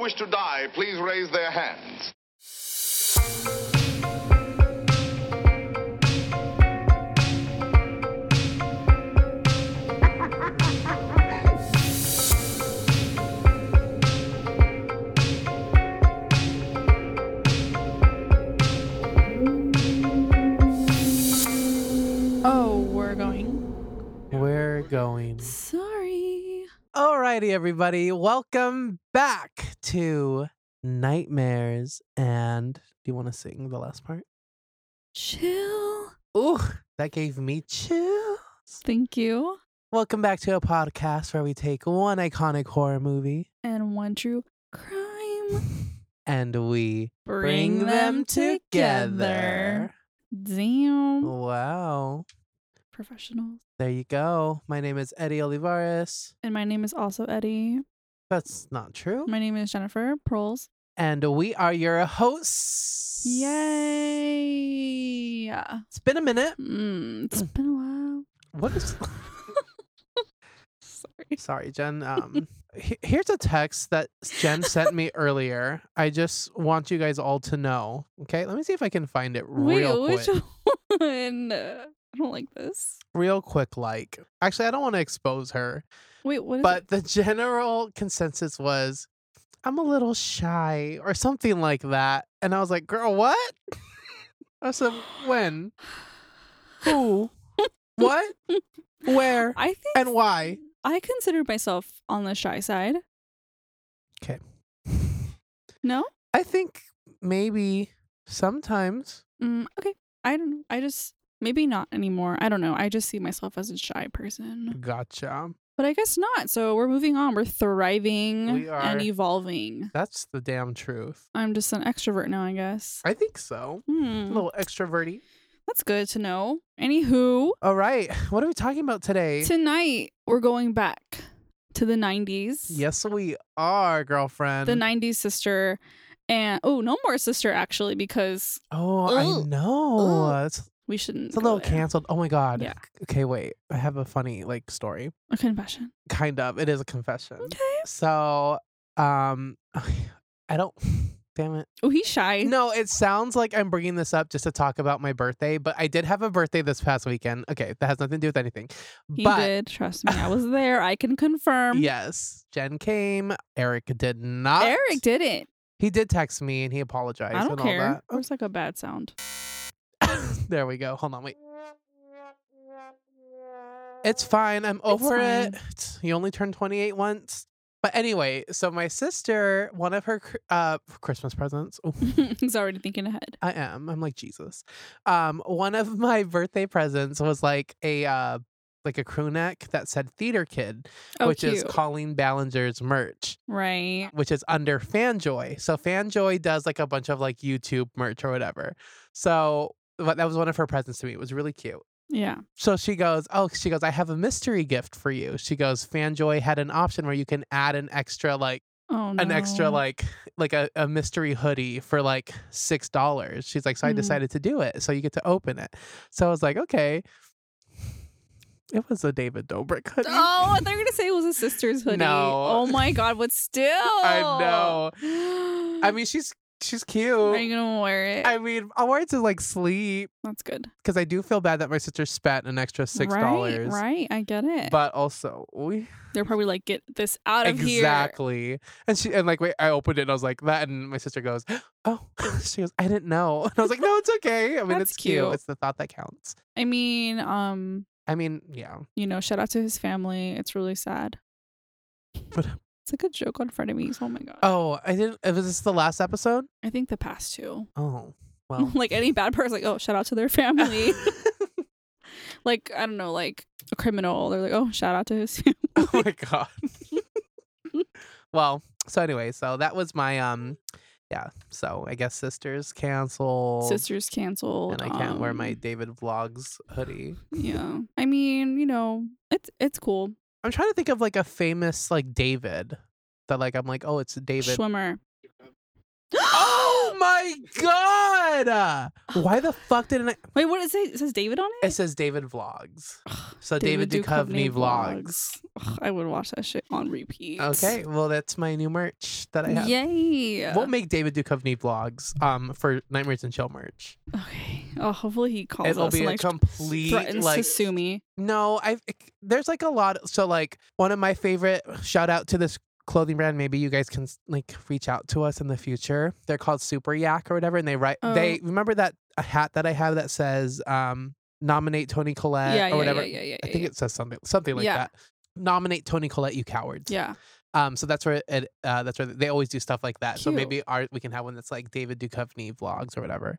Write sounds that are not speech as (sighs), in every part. wish to die, please raise their hands. Oh, we're going. We're going. Sorry. Alrighty, everybody. Welcome back to Nightmares. And do you want to sing the last part? Chill. Ooh, that gave me chill. Thank you. Welcome back to a podcast where we take one iconic horror (laughs) movie And one true crime. and we Oh. Damn. Wow. Professionals. There you go. My name is Eddie Olivares. And my name is also Eddie. That's not true. My name is Jennifer Proles. And we are your hosts. Yay. It's been a minute. Mm, it's been a while. (laughs) What is. Sorry. Sorry, Jen. Um, he- here's a text that Jen sent me earlier. I just want you guys all to know. Okay, let me see if I can find it real Wait, quick. which (laughs) one? I don't like this. real quick, like actually, I don't want to expose her, Wait, what is but it? the general consensus was, "I'm a little shy" or something like that. And I was like, "Girl, what?" I said, "When? (laughs) Who? What? Where? I think And (laughs) why?" I consider myself on the shy side. 'Kay. No? I think maybe sometimes Mm, okay. I don't know. I just maybe not anymore. I don't know. I just see myself as a shy person. Gotcha. But I guess not. So we're moving on. We're thriving We are. and evolving. That's the damn truth. I'm just an extrovert now, I guess. I think so. A Hmm. little extroverty. That's good to know. Anywho, All right. (laughs) What are we talking about today? tonight we're going back to the 90s. yes, we are, girlfriend. The 90s sister. And oh, no more sister actually, because Oh, I Ooh. know. It's, we shouldn't. it's a go little there. canceled. Oh my god. Yeah. Okay, wait. I have a funny like story. A confession. Kind of. It is a confession. Okay. So, um, (sighs) I don't. (sighs) Damn it. Oh, he's shy. No, it sounds like I'm bringing this up just to talk about my birthday, but I did have a birthday this past weekend. Okay, that has nothing to do with anything. He but did. Trust me. I was there. I can (laughs) confirm. Yes, Jen came. Eric did not. Eric didn't. He did text me and he apologized I don't and care. all It's like a bad sound. (laughs) that. (laughs) there we go. Hold on, wait. It's fine. I'm over fine. it. You only turned 28 once. But anyway, so my sister, one of her cr- uh, Christmas presents. Oh, (laughs) He's already thinking ahead. I am. I'm like Jesus. Um, one of my birthday presents was like a uh, like a crew neck that said theater kid, Oh, which cute. is Colleen Ballinger's merch. right. which is under Fanjoy. So Fanjoy does like a bunch of like YouTube merch or whatever. So but that was one of her presents to me. It was really cute. Yeah. So she goes, Oh, she goes, I have a mystery gift for you. She goes, Fanjoy had an option where you can add an extra like Oh no. an extra like like a, a mystery hoodie for like six dollars. She's like, So I Mhm. decided to do it. So you get to open it. So I was like, Okay. It was a David Dobrik hoodie. (laughs) Oh, I thought you were gonna say it was a sister's hoodie. No. Oh my god, but still. I (gasps) know. know. I mean, she's she's cute. Are you gonna wear it? I mean, I'll wear it to like sleep That's good. because I do feel bad that my sister spent an extra six Right, dollars. right. I get it. But also, we They're probably like, get this out of here. exactly. And she and like wait, I opened it and I was like that, and my sister goes, "Oh," (laughs) she goes, "I didn't know," and I was like, "No, it's okay. I mean, That's it's cute. cute. It's the thought that counts." I mean, um, I mean, yeah, you know, shout out to his family. It's really sad. but It's a good joke on frenemies. Oh my god. oh, I didn't. uh, Was this the last episode? I think the past two. (laughs) Oh, well, (laughs) like any bad person, like, oh, shout out to their family. like, I don't know, like a criminal. They're like, oh, shout out to his (laughs) family. oh my god. well, so anyway, so that was my um, yeah. So I (laughs) guess sisters canceled. Sister's canceled. and I can't wear my um, David vlogs hoodie. Yeah. I mean, you know, it's it's cool. I'm trying to think of like a famous like David that like I'm like oh it's David. Schwimmer. (gasps) oh my god! Uh, Why the fuck didn't I? Wait, what does it say? It says David on it? It says David vlogs. So David, Duchovny, vlogs. Ugh, I would watch that shit on repeat. Okay, well that's my new merch that I have. Yay. We'll make David Duchovny vlogs um for Nightmares and Chill merch. okay. Oh, hopefully he calls It'll us be and a like complete threatens to like sue me. no. I there's like a lot. So like one of my favorite uh, shout out to this clothing brand. Maybe you guys can like reach out to us in the future. They're called Super Yak or whatever, and they write. Oh. They remember that a hat that I have that says um nominate Tony Collette yeah, yeah, or whatever. yeah, yeah, yeah, I think yeah. it says something something like Yeah. that. Nominate Tony Collette, you cowards. Yeah. Um, so that's where it, uh, that's where they always do stuff like that. So Cute. maybe our we can have one that's like David Duchovny vlogs or whatever.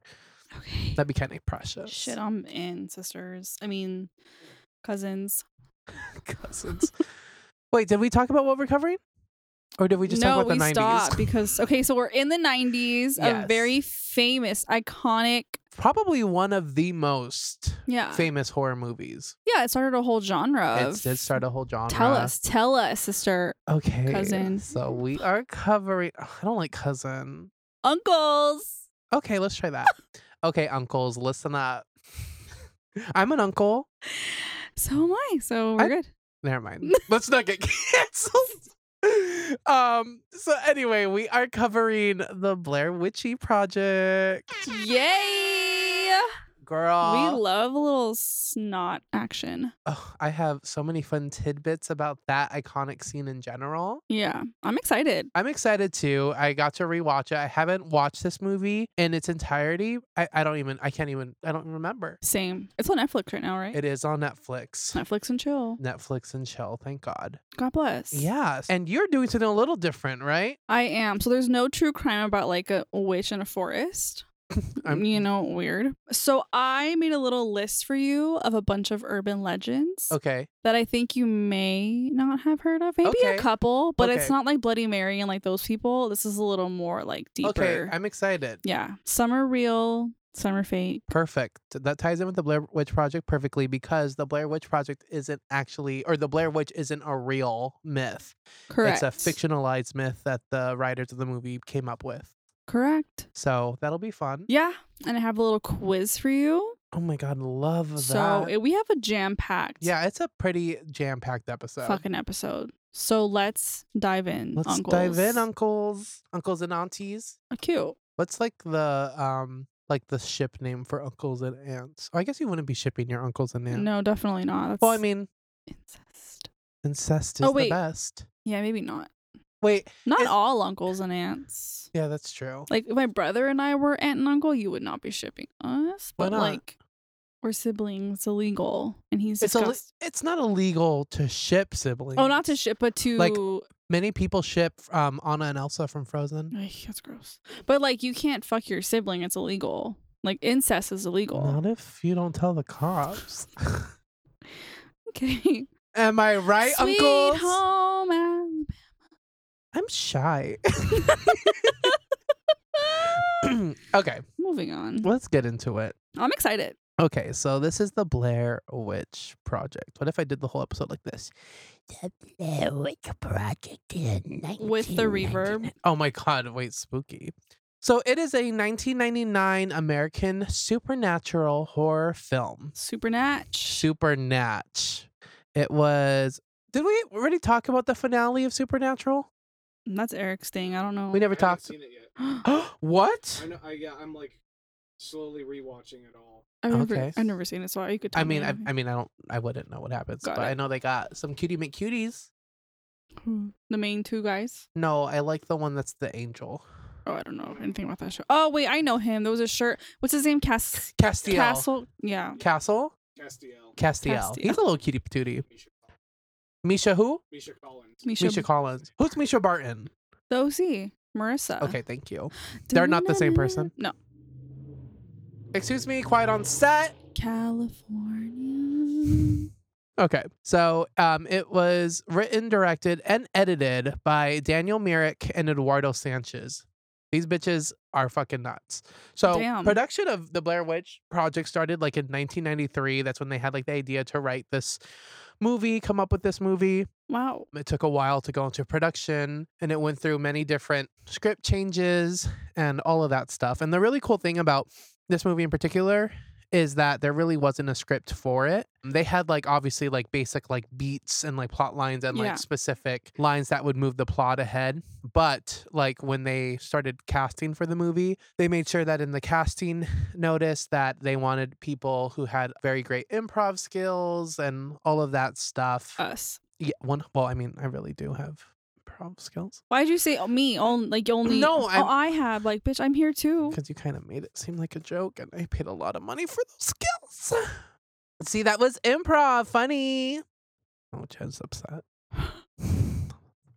Okay. That'd be kind of precious. Shit, I'm in, sisters. I mean, cousins. (laughs) cousins. Wait, did we talk about what we're covering, or did we just no, talk about we the nineties? stopped because okay, so we're in the '90s. Yes. A very famous, iconic. Probably one of the most Yeah, famous horror movies. yeah. It started a whole genre. It Uh, of- did start a whole genre. Tell us, tell us, sister, okay, cousin. So we are covering. I don't like cousin. uncles. Okay, let's (laughs) try that. okay, uncles, listen up. (laughs) I'm an uncle. So am I. So we're I- good. Never (laughs) mind. Let's not get canceled. (laughs) Um. So anyway, we are covering the Blair Witchy Project, Yay! girl. we love a little snot action. oh, I have so many fun tidbits about that iconic scene in general. Yeah, I'm excited. I'm excited too. I got to rewatch it. I haven't watched this movie in its entirety. I, I don't even. I can't even. I don't remember. Same. It's on Netflix right now, right? It is on Netflix. Netflix and chill. Netflix and chill. Thank God. God bless. Yes. And you're doing something a little different, right? I am. So there's no true crime about like a witch in a forest. I'm- you know, weird. So I made a little list for you of a bunch of urban legends Okay. that I think you may not have heard of. Maybe Okay. a couple, but it's Okay. not like Bloody Mary and like those people. This is a little more like deeper. Okay. I'm excited. yeah. Some are real, some are fake. Perfect. That ties in with the Blair Witch Project perfectly because the Blair Witch Project isn't actually, or the Blair Witch isn't a real myth. Correct. It's a fictionalized myth that the writers of the movie came up with. Correct. So that'll be fun. Yeah. And I have a little quiz for you. Oh my God, love that. So it, we have a jam packed yeah, it's a pretty jam packed episode. fucking episode. So let's dive in. Let's uncles. dive in, uncles, uncles and aunties. Oh, Cute. What's like the um like the ship name for uncles and aunts? Oh, I guess you wouldn't be shipping your uncles and aunts. No, definitely not. That's Well, I mean, incest. incest is Oh, the wait. best. Yeah, maybe not. Wait, Not It's- all uncles and aunts. yeah, that's true. Like if my brother and I were aunt and uncle, you would not be shipping us. Why But not? like we're siblings illegal and he's it's a, disgust- it's not illegal to ship siblings. Oh, not to ship, but to Like- Many people ship um Anna and Elsa from Frozen. Ugh, that's gross. But like you can't fuck your sibling, it's illegal. Like incest is illegal. Not if you don't tell the cops. (laughs) Okay. (laughs) Am I right, Sweet uncles? home Alabama. I'm shy. (clears throat) okay, Moving on. let's get into it. I'm excited. Okay, so this is the Blair Witch Project. What if I did the whole episode like this? The Blair Witch Project in With the reverb. 1999 Oh my god, wait, spooky. So it is a 1999 American supernatural horror film. Supernatch. Supernatch. It was Did we already talk about the finale of Supernatural? That's Eric's thing. I don't know. (gasps) We (gasps) never I haven't talked. seen it yet. I what? know. I, yeah, I'm like slowly rewatching it all. I remember, Okay. I've never seen it, so you could tell I mean, me. I, I mean, I don't, I wouldn't know what happens, Mm-hmm. Got but it. I know they got some cutie McCuties. Who? the main two guys. No, I like the one that's the angel. Oh, I don't know anything about that show. Oh, wait, I know him. There was a shirt. What's his name? Cass Castiel. Castle. Yeah. Castle? Castiel, Castiel. Castiel. He's a little cutie patootie. Misha, Misha who? Misha Collins. Misha. Misha, Collins. Who's Misha Barton? The OC. Marissa. Okay, thank you. They're not the same person. No. Excuse me, quiet on set. California. Okay, so um, it was written, directed, and edited by Daniel Merrick and Eduardo Sanchez. These bitches are fucking nuts. So Damn. production of the Blair Witch Project started like in 1993. That's when they had like the idea to write this movie, come up with this movie. Wow. It took a while to go into production and it went through many different script changes and all of that stuff. And the really cool thing about this movie in particular is that there really wasn't a script for it. They had like obviously like basic like beats and like plot lines and like Yeah. specific lines that would move the plot ahead. But like when they started casting for the movie, they made sure that in the casting notice that they wanted people who had very great improv skills and all of that stuff. Us. Yeah, one. Well, I mean, I really do have improv skills Why'd you say me? Only like you only. No, oh, I'm- I have like bitch. I'm here too. because you kind of made it seem like a joke, and I paid a lot of money for those skills. (sighs) See, that was improv. Funny. Oh, Jen's upset. (gasps)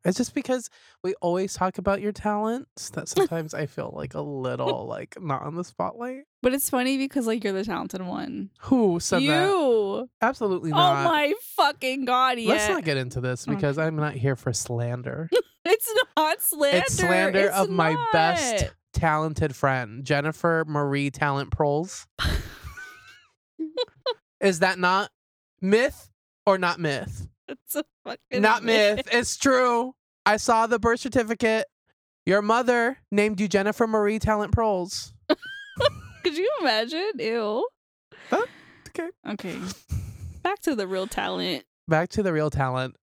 It's just because we always talk about your talents that sometimes I feel like a little like not on the spotlight. But it's funny because like you're the talented one. Who said you. that? Absolutely not. Oh my fucking god! Yeah. Let's not get into this because I'm not here for slander. It's not slander. It's slander It's of my best not. talented friend, Jennifer Marie Talent Proles. Is that not myth or not myth? (laughs) It's a fucking not myth. It's true. I saw the birth certificate. Your mother named you Jennifer Marie Talent Proles. (laughs) Could you imagine? Ew. Huh? Okay. (laughs) Okay. Back to the real talent. Back to the real talent,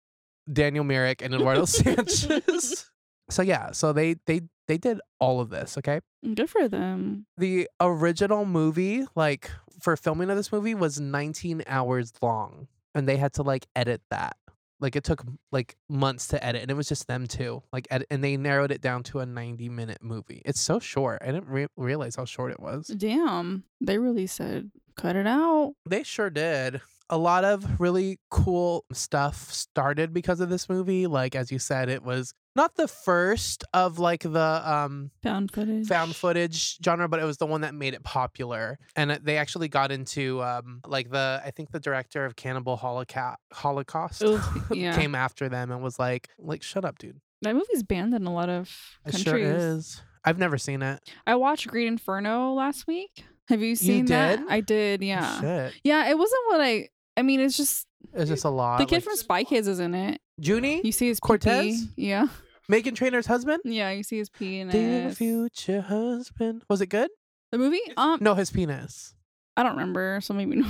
Daniel Merrick (laughs) and Eduardo Sanchez. So yeah, so they they they did all of this, okay? Good for them. the original movie, like for filming of this movie, was 19 hours long, and they had to like edit that. Like it took like months to edit, and it was just them two. Like, edit, and they narrowed it down to a 90 minute movie. It's so short. I didn't re- realize how short it Mm. was. Damn. They really said cut it out. They sure did. A lot of really cool stuff started because of this movie. Like as you said, it was not the first of like the um Found footage. found (laughs) footage genre, but it was the one that made it popular. And it- they actually got into um, like the I think the director of Cannibal Holocaust, Holocaust (laughs) Ugh, yeah. came after them and was like, like shut up, dude. That movie's banned in a lot of It countries. sure is. I've never seen it. I watched Green Inferno last week. Have you seen that? did? I did, yeah. Shit. Yeah, it wasn't what I I mean, it's just It's just a lot. the kid Like, from Spy Kids is in it. Junie, You see his pee-pee. Cortez? Yeah. (laughs) Megan Trainor's husband. Yeah, you see his pee in Dear it. future husband. Was it good? The movie? Um No, his (laughs) penis. (laughs) I don't remember, so maybe no.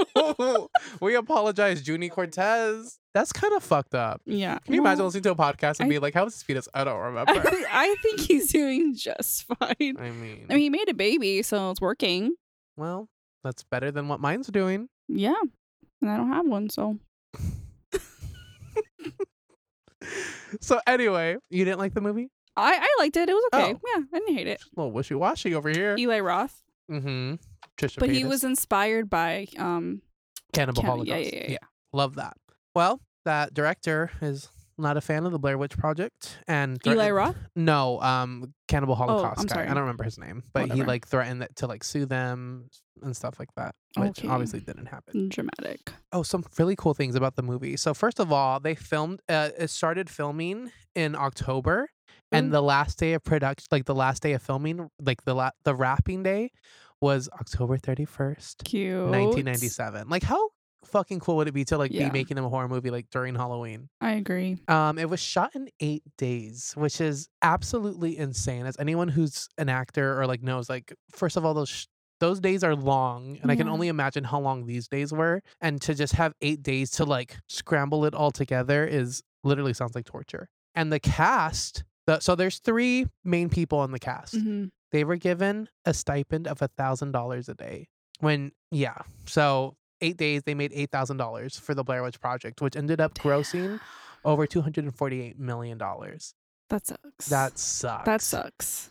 Oh, we apologize, Junie Cortez. That's kind of fucked up. Yeah. Can you well, imagine listening to a podcast and I- be like, "How was his penis?" I don't (laughs) remember. I, thi- I think he's doing just fine. I mean, I mean, he made a baby, so it's working. well, that's better than what (laughs) mine's doing. Yeah. And I don't have one, so So anyway, you didn't like the movie? I, I liked it. It was okay. Oh. Yeah, I didn't hate it. A little wishy washy over here. Eli Roth. mm-hmm. Trisha But he Paytas. was inspired by um Cannibal Cann- yeah, Holocaust. yeah, yeah, yeah. love that. Well, that director is not a fan of the Blair Witch Project, and Eli threatened- Roth. Oh, No, um, Cannibal Holocaust I'm guy. sorry. I don't remember his name, but he Whatever. like threatened that to like sue them and stuff like that, which Okay. obviously didn't happen. Dramatic. Oh, some really cool things about the movie. So first of all, they filmed uh, it started filming in October Mm. and the last day of production like the last day of filming, like the la- the wrapping day was October 31st, Cute. 1997. Like how fucking cool would it be to like Yeah. be making a horror movie like during Halloween? I agree. Um, it was shot in eight days, which is absolutely insane. As anyone who's an actor or like knows, like first of all, those sh- those days are long, and I can Yeah. only imagine how long these days were. And to just have eight days to like scramble it all together is literally sounds like torture. And the cast, the, so there's three main people in the cast. hmm They were given a stipend of a thousand dollars a day. When yeah, so eight days they made eight thousand dollars for the Blair Witch Project, which ended up grossing over $248 million. That That sucks. sucks. that sucks.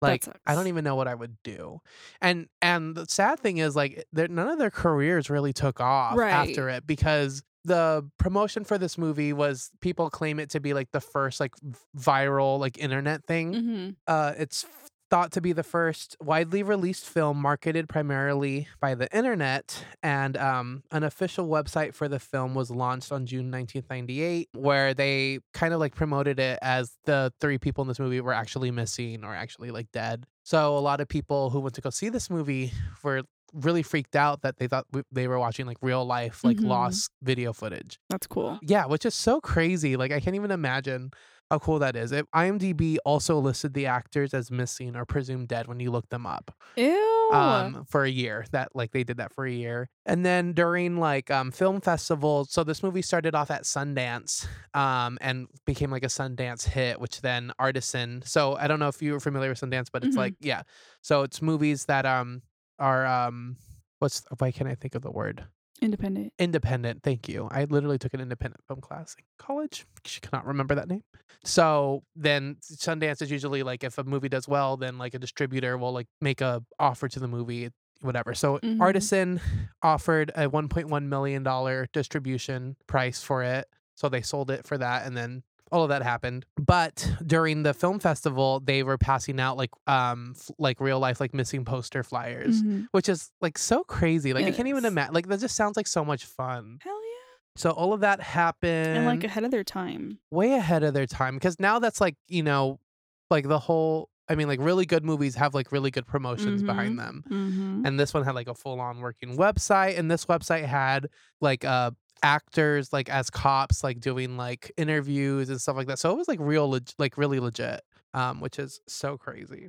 Like, I sucks. don't even know what I would do. And and the sad thing is, like, they're- none of their careers really took off after it because the promotion for this movie was people claim it to be like the first like v- viral like internet thing. hmm Uh, it's f- thought to be the first widely released film marketed primarily by the internet. And um, an official website for the film was launched on June 1998, where they kind of like promoted it as the three people in this movie were actually missing or actually like dead. So a lot of people who went to go see this movie were really freaked out that they thought w- they were watching like real life like Mhm. lost video footage. That's cool. Yeah, which is so crazy. Like I can't even imagine how cool that is. If IMDb also listed the actors as missing or presumed dead when you look them up Ew. um, for a year. That like they did that for a year, and then during like um, film festivals. So this movie started off at Sundance, um, and became like a Sundance hit, which then Artisan. So I don't know if you were familiar with Sundance, but it's Mhm. like yeah. So it's movies that um are um what's why can't I think of the word Independent. independent. Thank you. I literally took an independent film class in college. She cannot remember that name. So then Sundance is usually like if a movie does well, then like a distributor will like make a offer to the movie, whatever. So Mhm. Artisan offered a 1.1 million dollar distribution price for it. So they sold it for that, and then all of that happened. But during the film festival, they were passing out like um f- like real life like missing poster flyers Mhm. which is like so crazy. Like I It can't even is. imagine. Like that just sounds like so much fun. Hell yeah. So all of that happened And uh like ahead of their time. way ahead of their time because now that's like you know, like the whole. I mean, like really good movies have like really good promotions behind them, Mm-hmm. and this one had like a full on working website, and this website had like uh actors like as cops like doing like interviews and stuff like that. So it was like real, leg- like really legit, um, which is so crazy.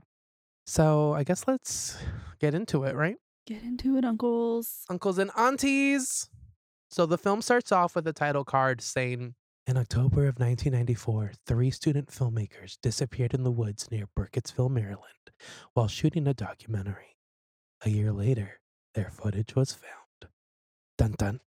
So I guess let's get into it, right? Get into it, uncles. uncles and aunties. So the film starts off with a title card saying, In October of 1994, three student filmmakers disappeared in the woods near Burkittsville, Maryland, while shooting a documentary. A year later, their footage was found. Dun dun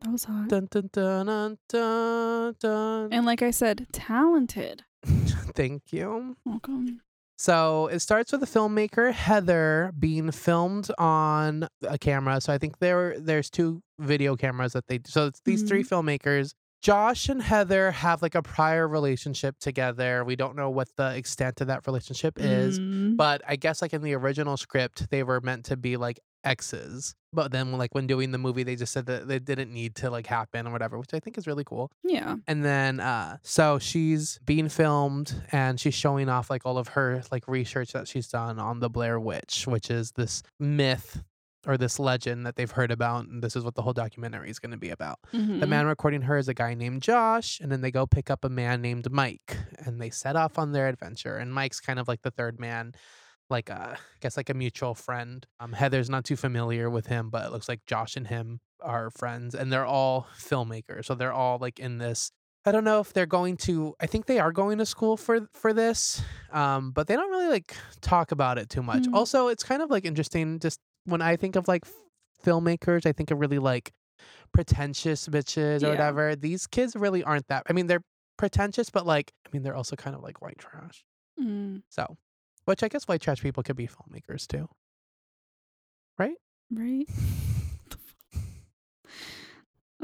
That was hot. dun dun dun dun dun. dun. Mm. and like I said, talented. (laughs) Thank you. Welcome. So it starts with the filmmaker Heather being filmed on a camera. So I think there there's two video cameras that they so it's these three filmmakers. Josh and Heather have like a prior relationship together. We don't know what the extent of that relationship is, Mm. but I guess like in the original script they were meant to be like exes. But then like when doing the movie they just said that they didn't need to like happen or whatever, which I think is really cool. yeah. And then uh so she's being filmed and she's showing off like all of her like research that she's done on the Blair Witch, which is this myth or this legend that they've heard about and this is what the whole documentary is going to be about. The Mhm. man recording her is a guy named Josh and then they go pick up a man named Mike and they set off on their adventure and Mike's kind of like the third man like a, I guess like a mutual friend. Um, Heather's not too familiar with him, but it looks like Josh and him are friends, and they're all filmmakers, so they're all like in this. I don't know if they're going to. I think they are going to school for for this, um, but they don't really like talk about it too much. Mm. Also, it's kind of like interesting. Just when I think of like f- filmmakers, I think of really like pretentious bitches or Yeah. whatever. These kids really aren't that. I mean, they're pretentious, but like, I mean, they're also kind of like white trash. Mm. So, which I guess white trash people could be (laughs) filmmakers too. Right.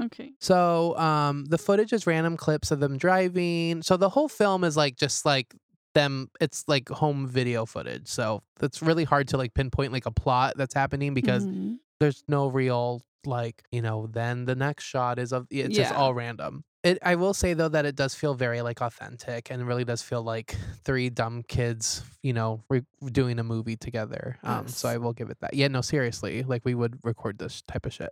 okay. So, um, the footage is random clips of them driving. So the whole film is like just like them. It's like home video footage. So it's really hard to like pinpoint like a plot that's happening because Mhm. there's no real like you know. Then the next shot is of it's just Yeah. all random. It, I will say though that it does feel very like authentic and really does feel like three dumb kids, you know, re- doing a movie together. Um, So Yes. I will give it that. Yeah, no, seriously, like we would record this type of shit.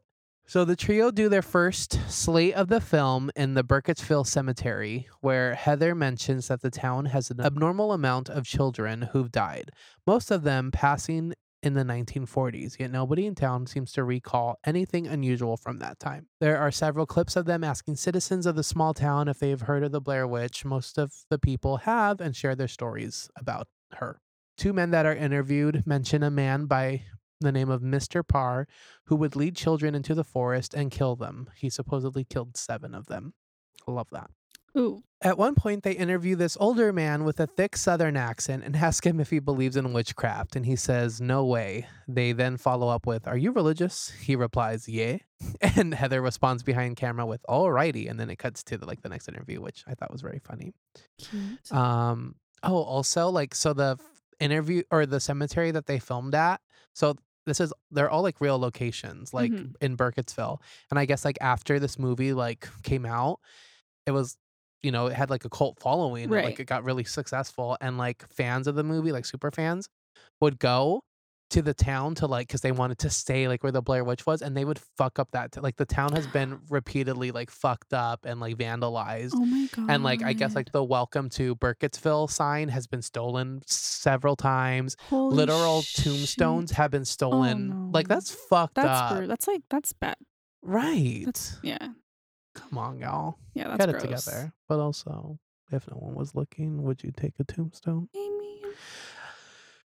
So the trio do their first slate of the film in the Burkittsville Cemetery, where Heather mentions that the town has an abnormal amount of children who've died, most of them passing in the 1940s, yet nobody in town seems to recall anything unusual from that time. There are several clips of them asking citizens of the small town if they've heard of the Blair Witch. Most of the people have and share their stories about her. Two men that are interviewed mention a man by the name of Mr. Parr who would lead children into the forest and kill them. He supposedly killed seven of them. I love that. Ooh. At one point, they interview this older man with a thick southern accent and (laughs) ask him if he believes in witchcraft, and he says, No way. They then follow up with, Are you religious? He replies, Yeah. (laughs) And Heather responds behind camera with, Alrighty. And then it cuts to the, like the next interview, which I thought was very funny. Cute. Um. Oh, also like so the f- interview or the cemetery that they filmed at. So this is they're all like real locations, like Mhm. in Burkittsville. And I guess like after this movie like came out, it was you know it had like a cult following. and, Like Right. it got really successful, and like fans of the movie, like super fans, would go to the town to like because they wanted to stay like where the Blair Witch was, and they would fuck up that t- like the town has been repeatedly like fucked up and like vandalized. Oh my god. And like I guess like the welcome to Burkittsville sign has been stolen several times. Holy Literal shit. Oh, tombstones have been stolen. Like no. that's fucked That's up. bru- that's like that's bad. Right. Yeah. Come on, y'all. Yeah, that's Get it gross. together. But also, if no one was looking, would you take a tombstone? I mean,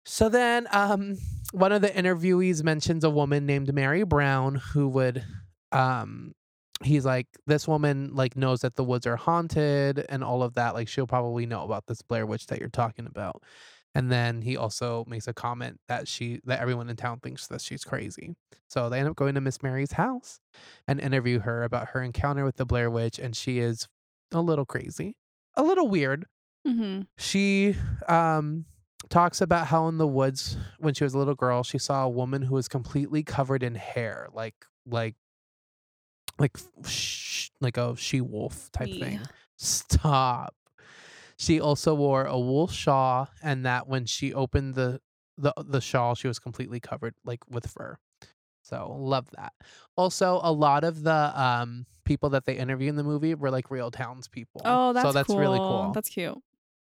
So then, um, one of the interviewees mentions a woman named Mary Brown who would, um, he's like, this woman like knows that the woods are haunted and all of that. Like she'll probably know about this Blair Witch that you're talking about. And then he also makes a comment that she that everyone in town thinks that she's crazy. So they end up going to Miss Mary's house and interview her about her encounter with the Blair Witch, and she is a little crazy, a little weird hmm she um talks about how in the woods when she was a little girl she saw a woman who was completely covered in hair like like like f- sh- like a she wolf type Ew. thing stop she also wore a wool shawl and that when she opened the the the shawl she was completely covered like with fur so love that also a lot of the um people that they interview in the movie were like real townspeople Oh, that's so that's really cool That's cute.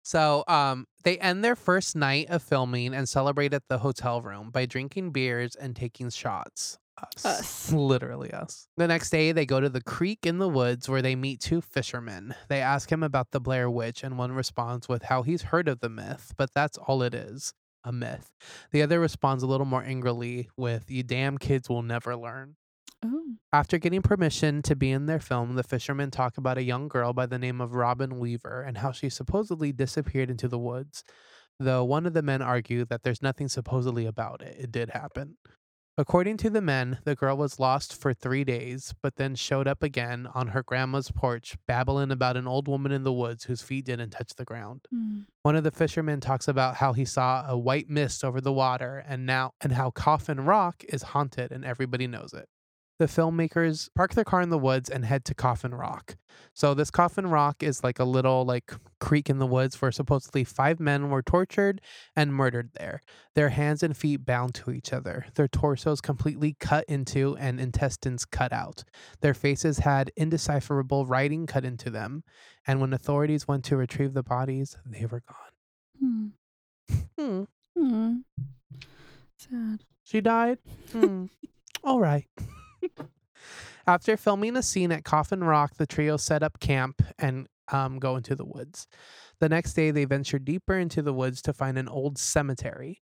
so um, they end their first night of filming and celebrate at the hotel room by drinking beers and taking shots. Us. Us. (laughs) Literally us. The next day, they go to the creek in the woods where they meet two fishermen. They ask him about the Blair Witch, and one responds with how he's heard of the myth, but that's all it is a myth. The other responds a little more angrily with, You damn kids will never learn. Oh. After getting permission to be in their film, the fishermen talk about a young girl by the name of Robin Weaver and how she supposedly disappeared into the woods. Though one of the men argue that there's nothing supposedly about it, it did happen. According to the men, the girl was lost for three days, but then showed up again on her grandma's porch, babbling about an old woman in the woods whose feet didn't touch the ground. Mm. One of the fishermen talks about how he saw a white mist over the water and now and how Coffin Rock is haunted and everybody knows it. The filmmakers park their car in the woods and head to Coffin Rock. So this Coffin Rock is like a little like creek in the woods where supposedly five men were tortured and murdered there. Their hands and feet bound to each other, their torsos completely cut into and intestines cut out. Their faces had indecipherable writing cut into them and when authorities went to retrieve the bodies, they were gone. Hmm. Hmm. Sad. She died? Hmm. (laughs) All right. After filming a scene at Coffin Rock, the trio set up camp and um, go into the woods. The next day, they venture deeper into the woods to find an old cemetery.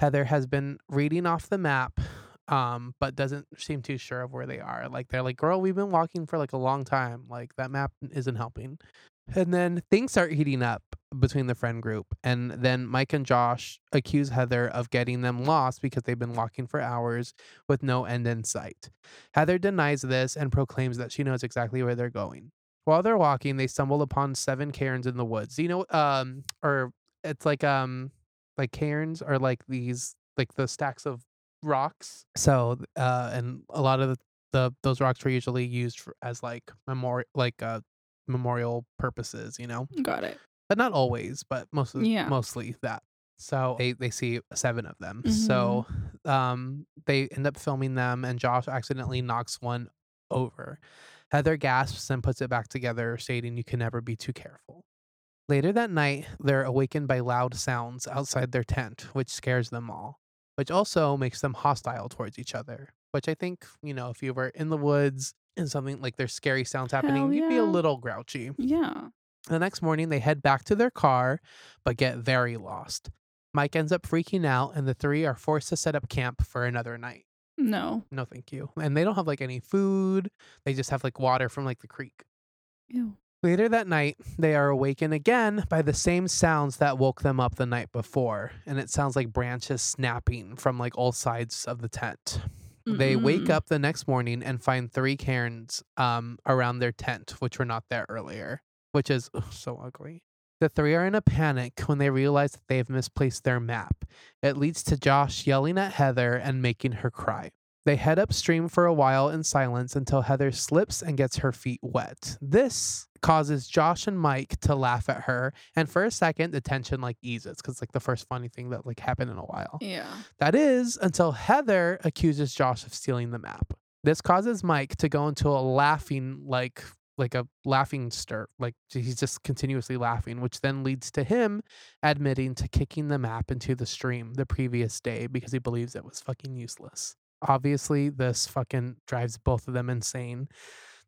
Heather has been reading off the map, um, but doesn't seem too sure of where they are. Like, they're like, girl, we've been walking for like a long time. Like, that map isn't helping. And then things start heating up between the friend group. And then Mike and Josh accuse Heather of getting them lost because they've been walking for hours with no end in sight. Heather denies this and proclaims that she knows exactly where they're going. While they're walking, they stumble upon seven cairns in the woods. You know, um, or it's like um, like cairns are like these like the stacks of rocks. So, uh, and a lot of the, the those rocks were usually used for, as like memorial, like uh, memorial purposes. You know, Got it. but not always, but most of- Yeah. mostly that. So they, they see seven of them. Mm-hmm. So um, they end up filming them, and Josh accidentally knocks one over. Heather gasps and puts it back together, stating, You can never be too careful. Later that night, they're awakened by loud sounds outside their tent, which scares them all, which also makes them hostile towards each other. Which I think, you know, if you were in the woods and something like there's scary sounds happening, Hell you'd be a yeah. little grouchy. Yeah. The next morning, they head back to their car, but get very lost. Mike ends up freaking out, and the three are forced to set up camp for another night. No. No, thank you. And they don't have like any food, they just have like water from like the creek. Ew. Later that night, they are awakened again by the same sounds that woke them up the night before, and it sounds like branches snapping from like all sides of the tent. They wake Mm-mm. up the next morning and find three cairns um, around their tent, which were not there earlier, which is ugh, so ugly. The three are in a panic when they realize that they have misplaced their map. It leads to Josh yelling at Heather and making her cry. They head upstream for a while in silence until Heather slips and gets her feet wet. This causes Josh and Mike to laugh at her. And for a second, the tension like eases because like the first funny thing that like happened in a while. Yeah. That is until Heather accuses Josh of stealing the map. This causes Mike to go into a laughing like like a laughing stir, like j- he's just continuously laughing, which then leads to him admitting to kicking the map into the stream the previous day because he believes it was fucking useless. Obviously, this fucking drives both of them insane.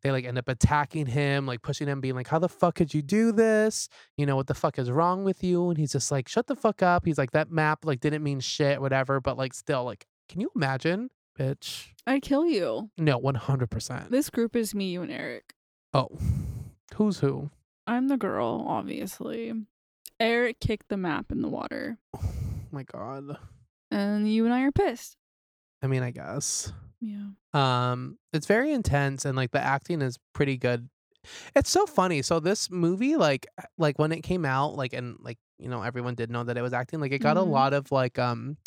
They like end up attacking him, like pushing him, being like, How the fuck could you do this? you know, what the fuck is wrong with you? And he's just like, shut the fuck up. He's like, that map like didn't mean shit, whatever. But like, still, like, can you imagine, bitch? I'd kill you. No, one hundred percent. This group is me, you, and Eric. Oh, who's who? I'm the girl, obviously. Eric kicked the map in the water, Oh my god. and you and I are pissed. I mean, I guess. Yeah. Um, it's very intense and like the acting is pretty good. It's so funny. So this movie, like, uh, like when it came out, like, and like you know, everyone did know that it was acting. Like, it got Mhm. a lot of like um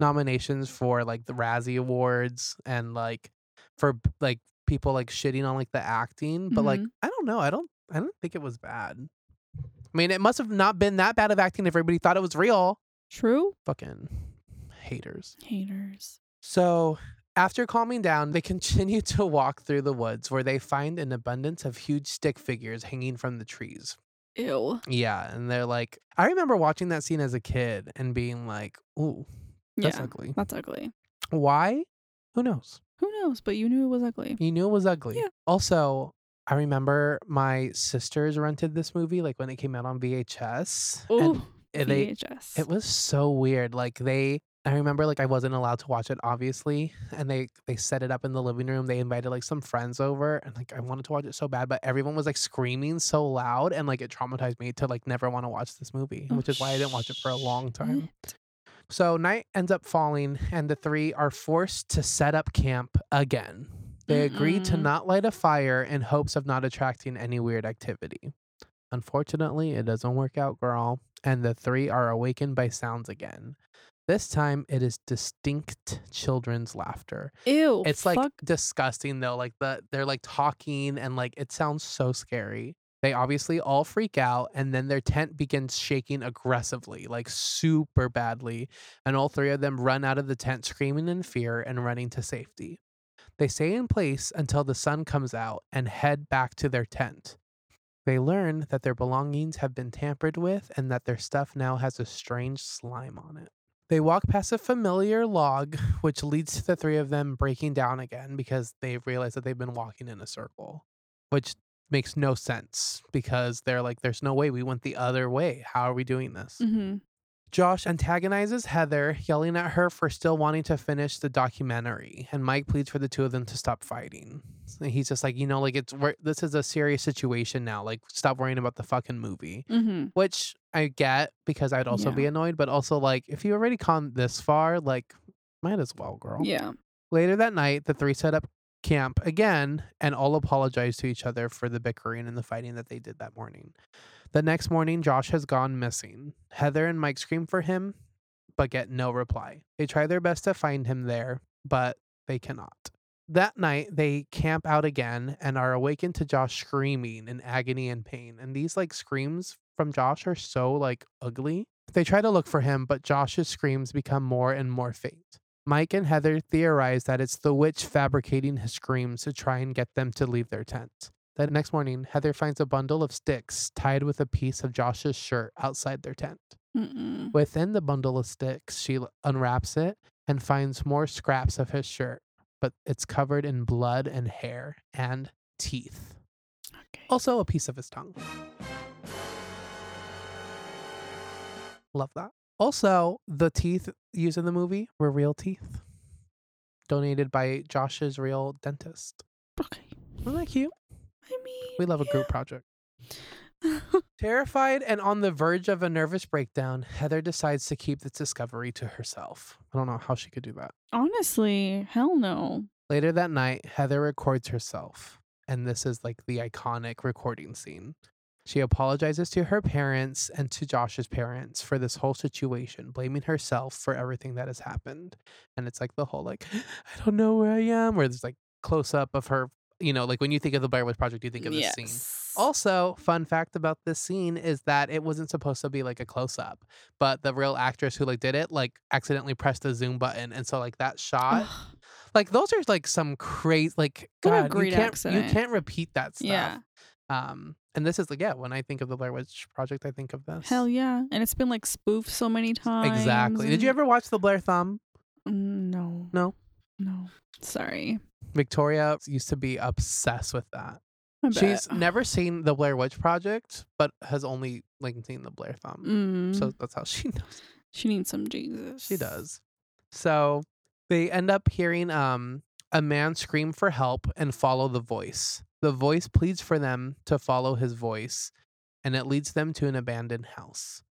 nominations for like the Razzie Awards and like for b- like people like shitting on like the acting. But like, Mhm. I don't know. I don't. I don't think it was bad. I mean, it must have not been that bad of acting if everybody thought it was real. True? Fucking haters. Haters. So, after calming down, they (laughs) continue to walk through the woods where they find an abundance of huge stick figures hanging from the trees. Ew. Yeah. And they're like, I remember watching that scene as a kid and being like, ooh, that's yeah. ugly. That's ugly. Why? Who knows? Who knows? But you knew it was ugly. You knew it was ugly. Yeah. Also, I remember my sisters rented this movie like when it came out on VHS. Oh, and they, VHS. It was so weird. Like they I remember like I wasn't allowed to watch it obviously, and they they set it up in the living room. They invited like some friends over and like I wanted to watch it so bad, but everyone was like screaming so loud and like it traumatized me to like never want to watch this movie, Oh, which is why I didn't watch it for a long time. shit. So night ends up falling, and the three are forced to set up camp again. They agree to Mm-mm. not light a fire in hopes of not attracting any weird activity. Unfortunately, it doesn't work out, girl, and the three are awakened by sounds again. This time, it is distinct children's laughter. Ew. It's like Oh, fuck. disgusting though. Like the they're like talking and like it sounds so scary. They obviously all freak out and then their tent begins shaking aggressively, like super badly, and all three of them run out of the tent screaming in fear and running to safety. They stay in place until the sun comes out and head back to their tent. They learn that their belongings have been tampered with and that their stuff now has a strange slime on it. They walk past a familiar log, (laughs) which leads to the three of them breaking down again because they realize that they've been walking in a circle, which makes no sense because they're like, there's no way we went the other way. How are we doing this? hmm Josh antagonizes Heather, yelling at her for still wanting to finish the documentary, and Mike pleads for the two of them to stop fighting. And he's just like, you know, like it's we this is a serious situation now. Like, stop worrying about the fucking movie, hmm which I get because I'd also be annoyed, but also like if you already come this far, like might as well, girl. Yeah. Later that night, the three set up camp again and all apologize to each other for the bickering and the fighting that they did that morning. The next morning, Josh has gone missing. Heather and Mike scream for him, but get no reply. They try their best to find him there, but they cannot. That night, they camp out again and are awakened to Josh screaming in agony and pain. And these like screams from Josh are so like ugly. They try to look for him, but Josh's screams become more and more faint. Mike and Heather theorize that it's the witch fabricating his screams to try and get them to leave their tent. The next morning, Heather finds a bundle of sticks tied with a piece of Josh's shirt outside their tent. Mm-mm. Within the bundle of sticks, she l- unwraps it and finds more scraps of his shirt, but it's covered in blood and hair and teeth. Okay. Also, a piece of his tongue. Love that. Also, the teeth used in the movie were real teeth, donated by Josh's real dentist. Okay. Isn't that cute? I mean, We love a group project. Terrified and on the verge of a nervous breakdown, Heather decides to keep this discovery to herself. I don't know how she could do that. (laughs) Honestly, hell no. Later that night, Heather records herself, and this is like the iconic recording scene. She apologizes to her parents and to Josh's parents for this whole situation, blaming herself for everything that has happened. And it's like the whole like, (gasps) I don't know where I am, where there's like close up of her, you know, like when you think of the Blair Witch Project, you think of this scene. Also, fun fact about this scene is that it wasn't supposed to be like a close up, but the real actress who like did it like accidentally pressed the zoom button, and so like that shot, Ugh, like those are like some crazy like What a God, great you can't accident. you can't repeat that stuff. yeah. Um, and this is like yeah, when I think of the Blair Witch Project, I think of this. Hell yeah. And it's been like spoofed so many times. Exactly. Did you and- ever watch the Blair Thumb? Mm, No. No? No. Sorry. Victoria used to be obsessed with that. I bet. She's never seen the Blair Witch Project, but has only like seen the Blair Thumb. Mm, So that's how she (laughs) knows. she needs some Jesus. She does. So they end up hearing um a man scream for help and follow the voice. The voice pleads for them to follow his voice, and it leads them to an abandoned house.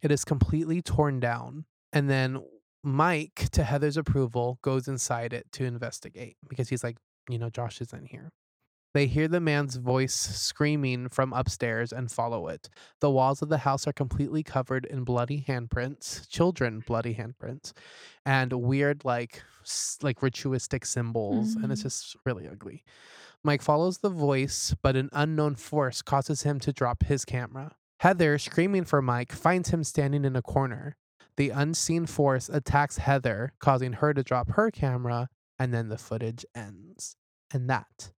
It is completely torn down, and then Mike, to Heather's approval, goes inside it to investigate because he's like, you know, Josh is in here. They hear the man's voice screaming from upstairs and follow it. The walls of the house are completely covered in bloody handprints, children bloody handprints, and weird like s- like ritualistic symbols, and it's Mhm. just really ugly. Mike follows the voice, but an unknown force causes him to drop his camera. Heather, screaming for Mike, finds him standing in a corner. The unseen force attacks Heather, causing her to drop her camera, and then the footage ends. And that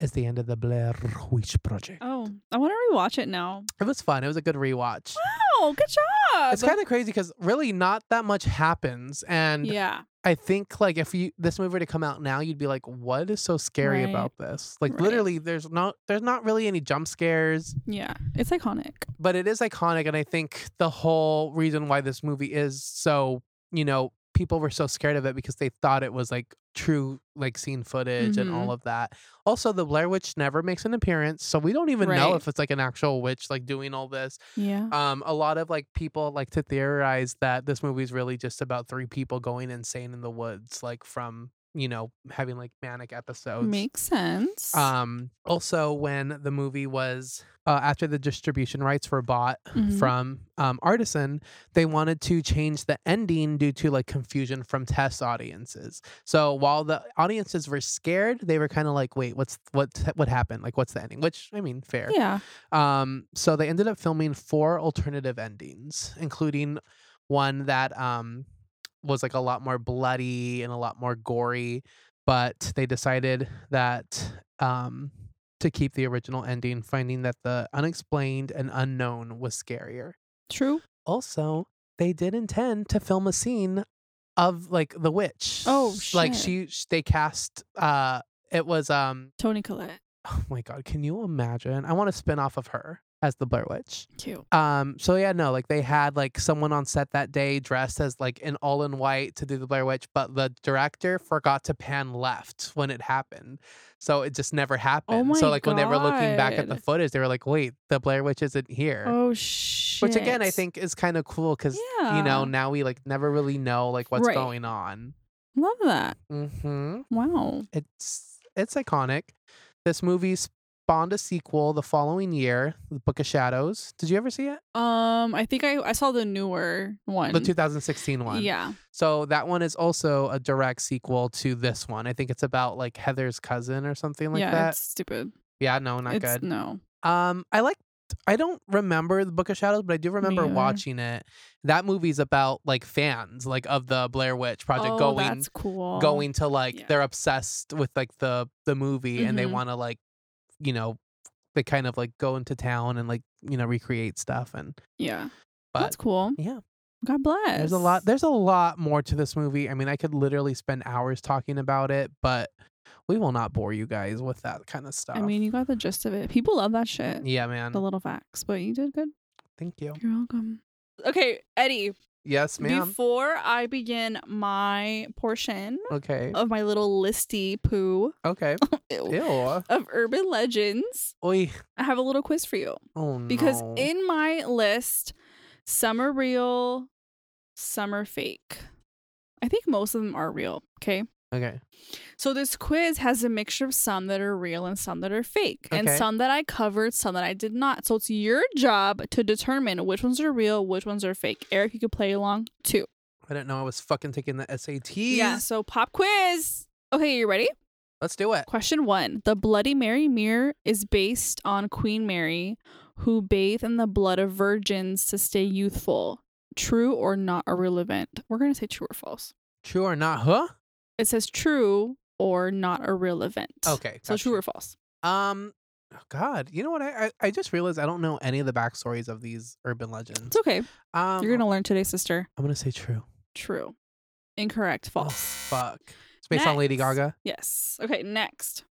is the end of the Blair Witch Project. Oh, I want to rewatch it now. It was fun. It was a good rewatch. Ah, Wow, good job. It's kind of crazy because really not that much happens, and yeah. I think like if you this movie were to come out now, you'd be like, "What is so scary Right. about this?" Like Right. literally, there's not there's not really any jump scares, Yeah. It's iconic. but it is iconic, and I think the whole reason why this movie is so you know people were so scared of it because they thought it was like true like scene footage and Mhm. all of that. Also, the Blair Witch never makes an appearance, so we don't even know Right. Mm. if it's like an actual witch like doing all this. Yeah. Um, a lot of like people like to theorize that this movie is really just about three people going insane in the woods, like from you know having like manic episodes. Makes sense. Um, also when the movie was uh, after the distribution rights were bought Mhm. from um, Artisan, they wanted to change the ending due to like confusion from test audiences. So while the audiences were scared, they were kind of like, "Wait, what's what? What happened? Like, what's the ending?" Which I mean, fair. yeah. Um, so they ended up filming four alternative endings, including one that um was like a lot more bloody and a lot more gory, but they decided that um to keep the original ending, finding that the unexplained and unknown was scarier. True. Also, they did intend to film a scene of like the witch. Oh, Like she shit. sh- they cast uh it was um Tony Collette. oh my god, can you imagine? I want a spin off of her as the Blair Witch. Cute. Um, so yeah, no, like they had like someone on set that day dressed as like an all in white to do the Blair Witch, but the director forgot to pan left when it happened. So it just never happened. so Oh my like when they were looking back at the God. footage, they were like, Wait, the Blair Witch isn't here. Oh shit. Which again I think is kind of cool because Yeah. you know, now we like never really know like what's Right. going on. Love that. Mm-hmm Wow. it's it's iconic. This movie spawned a sequel the following year, The Book of Shadows. Did you ever see it? Um, I think I I saw the newer one. The 2016 one. Yeah. So that one is also a direct sequel to this one. I think it's about like Heather's cousin or something like yeah. that. It's stupid. Yeah, no, not it's good. no. Um, I like. I don't remember the Book of Shadows, but I do remember either. watching it. That movie's about like fans, like of the Blair Witch Project, oh, going that's cool. going to like yeah. they're obsessed with like the the movie and they Mhm. want to like you know they kind of like go into town and like you know recreate stuff and Yeah. but that's cool. yeah God bless. there's a lot there's a lot more to this movie i mean i could literally spend hours talking about it but we will not bore you guys with that kind of stuff I mean, you got the gist of it. People love that shit. yeah man The little facts, but you did good. thank you You're welcome. Okay, Eddie, yes ma'am before I begin my portion okay of my little listy poo (laughs) okay ew, ew of urban legends, Oy. I have a little quiz for you. oh Because no. in my list, some are real, some are fake. I think most of them are real. Okay. okay So this quiz has a mixture of some that are real and some that are fake, and Okay. some that I covered, some that I did not. So it's your job to determine which ones are real, which ones are fake. Eric, you could play along too. i didn't know i was fucking taking the sats Yeah. So pop quiz. Okay, you ready? Let's do it. Question one The Bloody Mary mirror is based on Queen Mary, who bathed in the blood of virgins to stay youthful. True or not a real event? We're going to say true or false. True or not, huh? It says true or not a real event. Okay. So true gotcha. or false? Um, oh God, you know what? I, I I just realized I don't know any of the backstories of these urban legends. It's okay. Um, You're going to learn today, sister. I'm gonna say true. True. Incorrect. Oh, False. fuck. It's based on Lady Next. Gaga. Yes. Okay, next.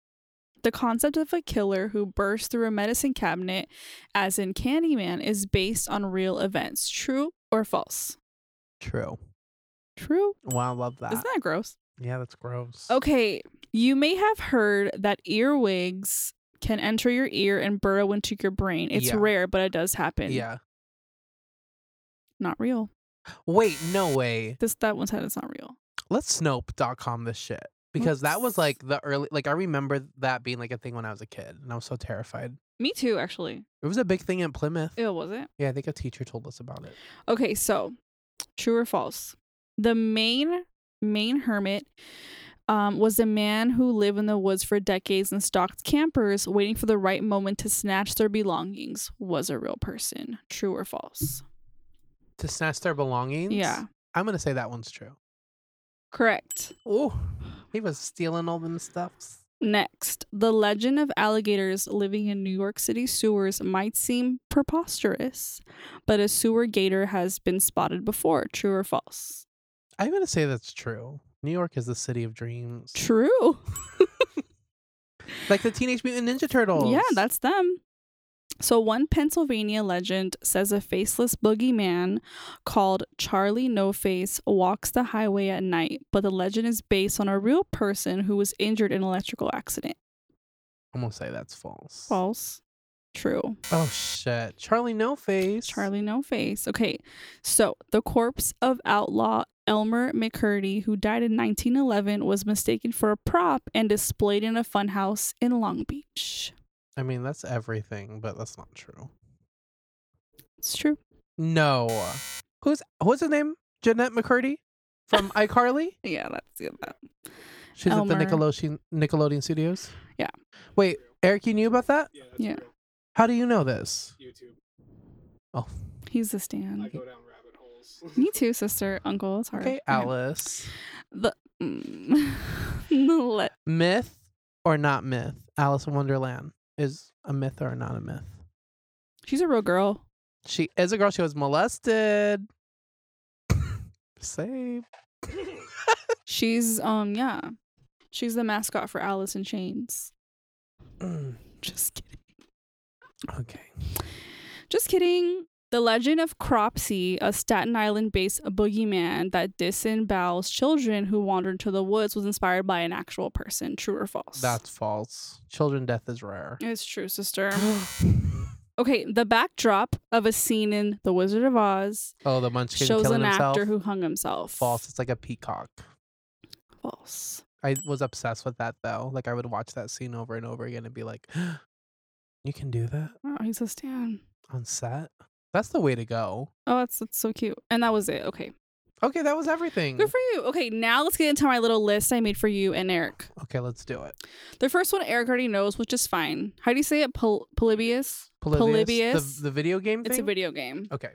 The concept of a killer who bursts through a medicine cabinet, as in Candyman, is based on real events. True or false? True. True. Wow, Oh, I love that. Isn't that gross? yeah, that's gross. Okay, you may have heard that earwigs can enter your ear and burrow into your brain. It's Yeah. rare, but it does happen. Yeah. Not real. Wait, no way. This that one said it's not real. Let's Snope.com this shit because that Let's- was like the early. Like I remember that being like a thing when I was a kid, and I was so terrified. Me too, actually. It was a big thing in Plymouth. It was it. Yeah, I think a teacher told us about it. Okay, so true or false? The main main hermit um, was a man who lived in the woods for decades and stalked campers, waiting for the right moment to snatch their belongings. Was a real person. True or false? To snatch their belongings. Yeah, I'm gonna say that one's true. correct. Oh, he was stealing all them stuffs. Next, the legend of alligators living in New York City sewers might seem preposterous, but a sewer gator has been spotted before. True or false? I'm gonna say that's true. New York is the city of dreams, True. like the Teenage Mutant Ninja Turtles. Yeah, that's them. So, one Pennsylvania legend says a faceless boogeyman called Charlie No Face walks the highway at night, but the legend is based on a real person who was injured in an electrical accident. I'm gonna say that's false. False. True. Oh shit, Charlie No Face. Charlie No Face. Okay, so the corpse of outlaw Elmer McCurdy, who died in 1911, was mistaken for a prop and displayed in a funhouse in Long Beach. I mean, that's everything, but that's not true. It's true. No. Who's what's his name? Jeanette McCurdy (laughs) from iCarly. Yeah, that's yeah, that. She's Elmer. at the Nickelodeon Nickelodeon Studios. Yeah. Wait, Eric, you knew about that? Yeah, that's Yeah. real. How do you know this? YouTube. Oh, He's the I stand. go down rabbit (laughs) holes. (laughs) Me too, sister, uncle. It's hard. okay, Alice. The, mm, (laughs) the le- Myth or not myth? Alice in Wonderland is a myth or not a myth? She's a real girl. She is a girl. She was molested. (coughs) (coughs) Save. (clears throat) She's um yeah, she's the mascot for Alice in Chains. Mm, Just kidding. okay. Just kidding. The legend of Cropsey, a Staten Island-based boogeyman that disembowels children who wander into the woods, was inspired by an actual person. True or false? That's false. Children death is rare. it's true, sister. (gasps) (laughs) Okay, the backdrop of a scene in The Wizard of Oz oh, the munchkin shows killing an himself. actor who hung himself. false. It's like a peacock. False. I was obsessed with that though. Like I would watch that scene over and over again and be like, (gasps) "You can do that Oh, he's a stan. on set." That's the way to go. Oh, that's that's so cute. And that was it. Okay. Okay, that was everything. Good for you. Okay, now let's get into my little list I made for you and Eric. okay, let's do it. The first one Eric already knows, which is fine. How do you say it? Pol- Polybius? Polybius. The, the video game thing. It's a video game. Okay.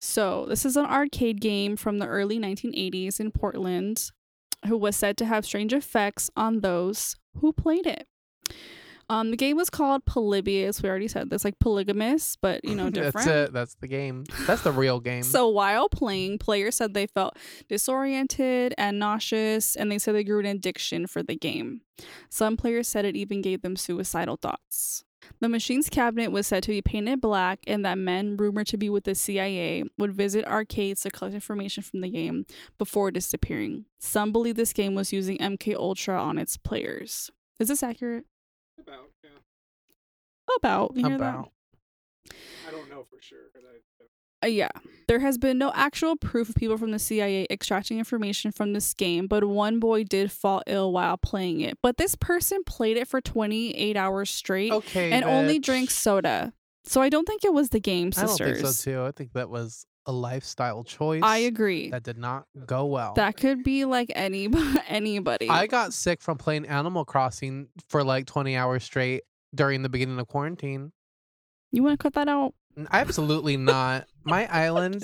So, this is an arcade game from the early 1980s in Portland, who was said to have strange effects on those who played it. Um, the game was called Polybius. We already said this, like polygamous, but you know, different. (laughs) That's it. That's the game. That's the real game. So while playing, players said they felt disoriented and nauseous, and they said they grew an addiction for the game. Some players said it even gave them suicidal thoughts. The machine's cabinet was said to be painted black, and that men rumored to be with the CIA would visit arcades to collect information from the game before disappearing. Some believe this game was using MK Ultra on its players. Is this accurate? About, yeah. About you hear that? About. I don't know for sure. 'cause I, Uh, yeah. There has been no actual proof of people from the CIA extracting information from this game, but one boy did fall ill while playing it. But this person played it for 28 hours straight Okay. and only bitch. drinks soda. So I don't think it was the game, I don't sisters. think so too. I think that was a lifestyle choice I agree. that did not go well. That could be like any (laughs) anybody. I got sick from playing Animal Crossing for like 20 hours straight during the beginning of quarantine. you want to cut that out? N- Absolutely not. (laughs) My island,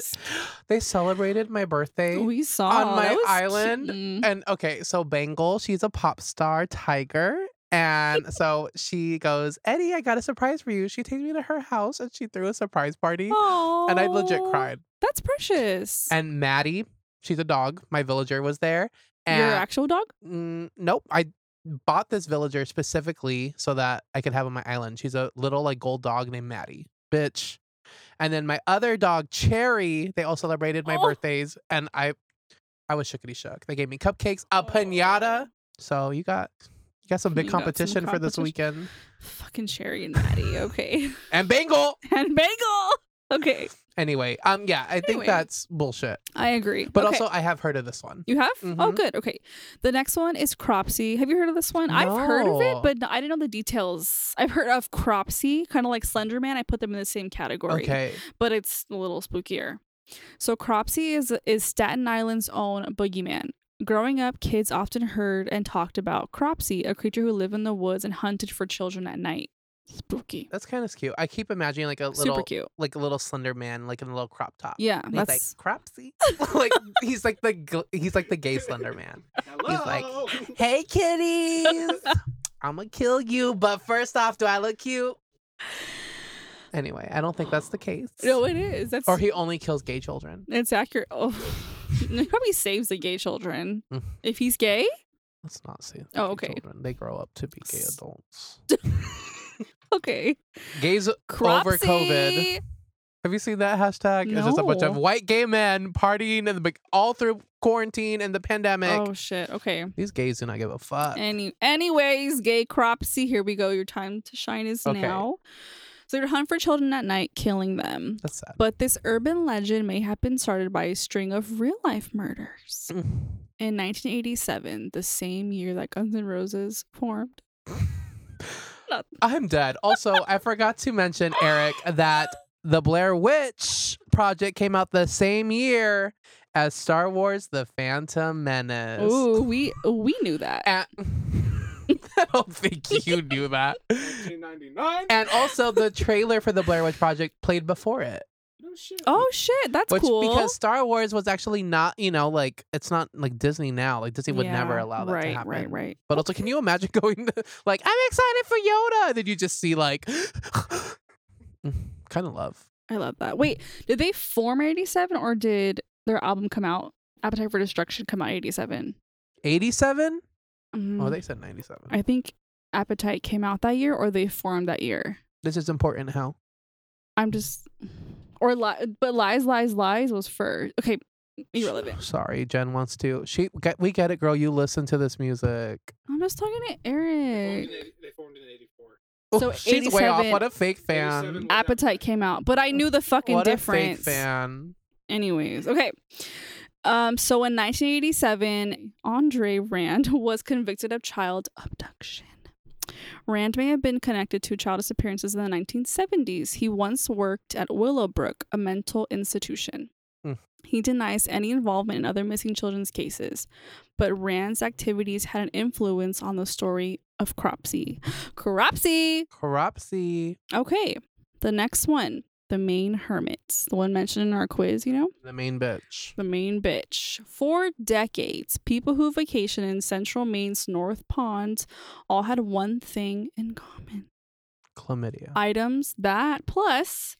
they celebrated my birthday. We saw on my That was island, cute. Mm. And okay, so Bangle, she's a pop star tiger. And so she goes, Eddie, I got a surprise for you. She takes me to her house and she threw a surprise party. And I legit Aw, cried. That's precious. And Maddie, she's a dog. My villager was there. And Your actual dog? Mm, nope. I bought this villager specifically so that I could have on my island. She's a little like gold dog named Maddie. Bitch. And then my other dog, Cherry, they all celebrated my Oh. birthdays and I I was shookity shook. They gave me cupcakes, a pinata. So you got you got some big Oh. You got some competition for this competition. weekend. Fucking Sherry and Maddie. Okay. (laughs) And Bangle. and Bagel. Okay. Anyway, um yeah, I think Anyway. that's bullshit. I agree. But Okay. also I have heard of this one. You have? Oh, Mhm. good. Okay. The next one is Cropsy. Have you heard of this one? I've heard of No. it, but I didn't know the details. I've heard of Cropsy, kind of like Slenderman. I put them in the same category, Okay. but it's a little spookier. So Cropsy is is Staten Island's own boogeyman. Growing up, kids often heard and talked about Cropsy, a creature who lived in the woods and hunted for children at night. Spooky. That's kind of cute. I keep imagining like a Super little cute. like a little slender man, like in a little crop top. Yeah, And he's that's like Cropsy. (laughs) like he's like the gl- he's like the gay Slender Man. Hello. (laughs) Hey kitties, I'm gonna kill you. But first off, do I look cute? Anyway, I don't think that's the case. no, it is. That's Or he only kills gay children. it's accurate. Oh, (laughs) he probably saves the gay children Mm. if he's gay. Let's not say. Oh, gay okay. Children. They grow up to be gay S- adults. Okay. Gays over COVID. Cropsy. Have you seen that hashtag? It's just a bunch of No. white gay men partying and the, all through quarantine and the pandemic. Oh shit. Okay. These gays do not give a fuck. Any anyways, gay cropsy, here we go. Your time to shine is Okay. now. So they hunt for children at night, killing them. That's sad. But this urban legend may have been started by a string of real life murders. In 1987, the same year that Guns N' Roses formed. I'm dead. Also, I forgot to mention, Eric, that the Blair Witch Project came out the same year as Star Wars The Phantom Menace. Ooh, we we knew that. And- (laughs) I don't think you knew that. 1999. And also, the trailer for the Blair Witch Project played before it. No shit. Oh shit, that's Which, cool. because Star Wars was actually not, you know, like, it's not like Disney now. Like, Disney would never Yeah, allow that right, to happen. Right, right, But also, can you imagine (laughs) going to, like, I'm excited for Yoda? And then you just see, like, kind of love. I love that. Wait, did they form in 87 or did their album come out? Appetite for Destruction come out in 87? 87? Oh, Mm, they said 97. I think Appetite came out that year or they formed that year. this is important how. I'm just or li- but lies lies lies was first. Okay, irrelevant. Sorry, Jen wants to. She get, we get it, girl. You listen to this music. I'm just talking to They formed Eric. in eighty- they formed in 84. So (laughs) she's way off. 87 What a fake 87 fan. was Appetite came out, but I knew the fucking What difference. a fake fan. Anyways, okay. Um, so in 1987, Andre Rand (laughs) was convicted of child abduction. Rand may have been connected to child disappearances in the 1970s. He once worked at Willowbrook, a mental institution. Hmm. He denies any involvement in other missing children's cases, but Rand's activities had an influence on the story of Cropsy. Cropsy! Corrupsy. Okay, the next one, the main hermits, the one mentioned in our quiz, you know? The main bitch. the main bitch. For decades, people who vacation in central Maine's North Pond all had one thing in common Chlamydia. items that, plus,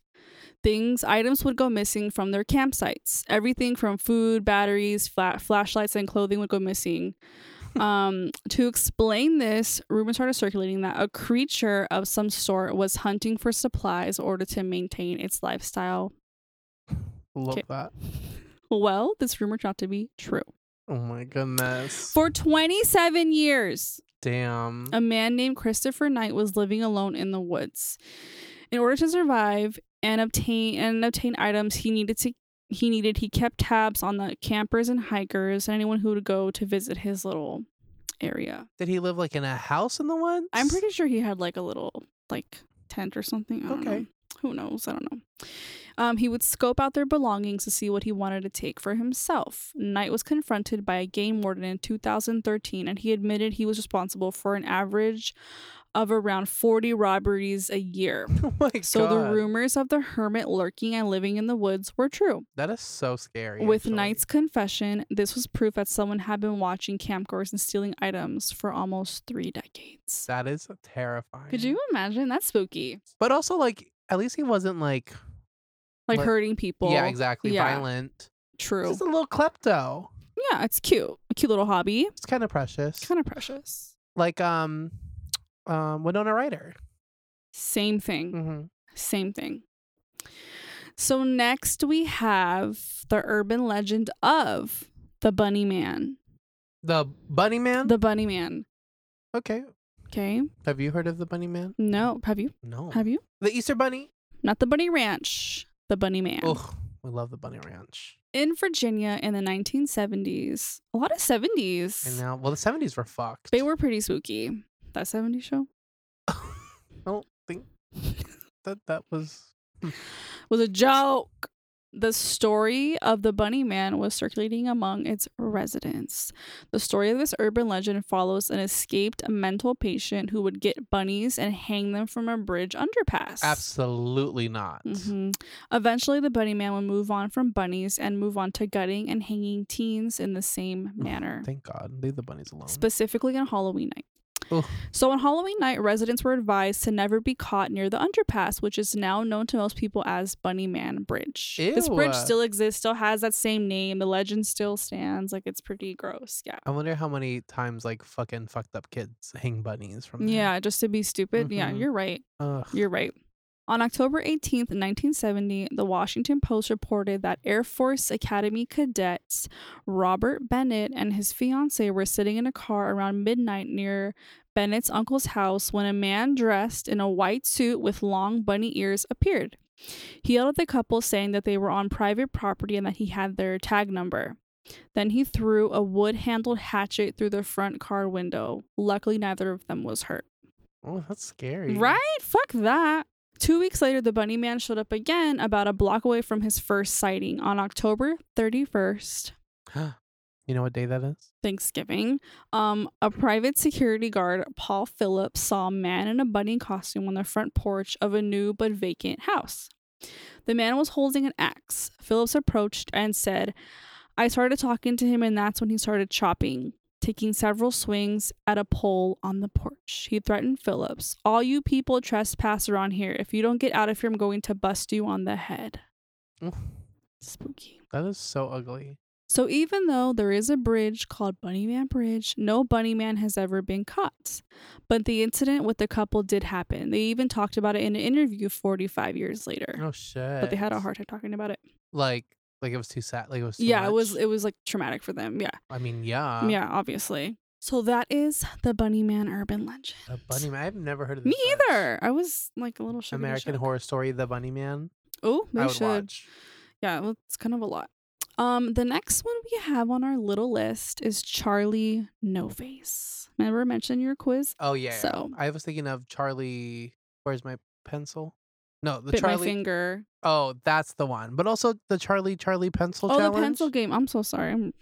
things, items would go missing from their campsites. Everything from food, batteries, fla- flashlights, and clothing would go missing. um, to explain this, rumors started circulating that a creature of some sort was hunting for supplies in order to maintain its lifestyle. Love okay. that. Well, this rumor turned out to be true. Oh my goodness. For Um 27 years, Damn. a man named Christopher Knight was living alone in the woods. In order to survive and obtain and obtain items he needed to he needed, he kept tabs on the campers and hikers and anyone who would go to visit his little area. Did he live like in a house in the woods? I'm pretty sure he had like a little like tent or something. I don't Okay. know. who knows? I don't know. Um, he would scope out their belongings to see what he wanted to take for himself. Knight was confronted by a game warden in 2013, and he admitted he was responsible for an average of around 40 robberies a year. (laughs) Oh my So the God. rumors of the hermit lurking and living in the woods were true. That is so scary. With actually. Knight's confession, this was proof that someone had been watching campgoers and stealing items for almost three decades. That is terrifying. Could you imagine? That's spooky. But also, like, at least he wasn't like, Like Like- hurting people. yeah, exactly, yeah. violent. True. Just a little klepto. Yeah, it's cute. A cute little hobby. It's kind of precious. Kind of precious. like um, um, Winona Ryder. Same thing. Mm-hmm. Same thing. So next we have the urban legend of the Bunny Man. The Bunny Man. The Bunny Man. okay. Okay. Have you heard of the Bunny Man? No, have you? No. Have you? the Easter Bunny. Not the Bunny Ranch. The Bunny Man. Oh, we love the Bunny Ranch. In Virginia in the 1970s, a lot of 70s. And now, well, the seventies were fucked. They were pretty spooky. That 70s show (laughs) I don't think (laughs) that that was. was a joke. The story of the bunny man was circulating among its residents. The story of this urban legend follows an escaped mental patient who would get bunnies and hang them from a bridge underpass. Absolutely not. hmm Eventually, the bunny man would move on from bunnies and move on to gutting and hanging teens in the same Mm. manner. Thank God. Leave the bunnies alone. specifically on Halloween night. Ugh. So on Halloween night, residents were advised to never be caught near the underpass, which is now known to most people as Bunny Man Bridge. This bridge Ew. still exists, still has that same name. The legend still stands. Like it's pretty gross. Yeah. I wonder how many times like fucking fucked up kids hang bunnies from. there. Yeah, just to be stupid. Yeah, Mhm. you're right. Ugh. You're right. On October 18th, 1970, the Washington Post reported that Air Force Academy cadets Robert Bennett and his fiancee were sitting in a car around midnight near Bennett's uncle's house when a man dressed in a white suit with long bunny ears appeared. He yelled at the couple, saying that they were on private property and that he had their tag number. Then he threw a wood handled hatchet through the front car window. Luckily, neither of them was hurt. Oh, that's scary. Right? Fuck that. Two weeks later, the bunny man showed up again about a block away from his first sighting on October 31st, (gasps) You know what day that is? Thanksgiving. Um, a private security guard, Paul Phillips, saw a man in a bunny costume on the front porch of a new but vacant house. The man was holding an axe. Phillips approached and said, I started talking to him, and that's when he started chopping, taking several swings at a pole on the porch. He threatened Phillips, All you people trespass around here. If you don't get out of here, I'm going to bust you on the head. Oof. Spooky. That is so ugly. So even though there is a bridge called Bunny Man Bridge, no bunny man has ever been caught. But the incident with the couple did happen. They even talked about it in an interview 45 years later. Oh shit. But they had a hard time talking about it. Like, like it was too sad. Like it was. Too yeah, it was much? Uh. it was like traumatic for them. Yeah. I mean, yeah. yeah, obviously. So that is the Bunny Man urban legend. The Bunny Man. I've never heard of this. Me much. either. I was like a little shook. American Horror Story, The Bunny Man. Oh, they I would should. watch. Yeah, well, it's kind of a lot. Um, the next one we have on our little list is Charlie No Face. Remember I mentioned your quiz? Oh yeah. yeah. So- I was thinking of Charlie. Where's my pencil? No, the Bit my Charlie. finger. Oh, that's the one. But also the Charlie Charlie pencil Oh, challenge. the pencil game. I'm so sorry. I'm,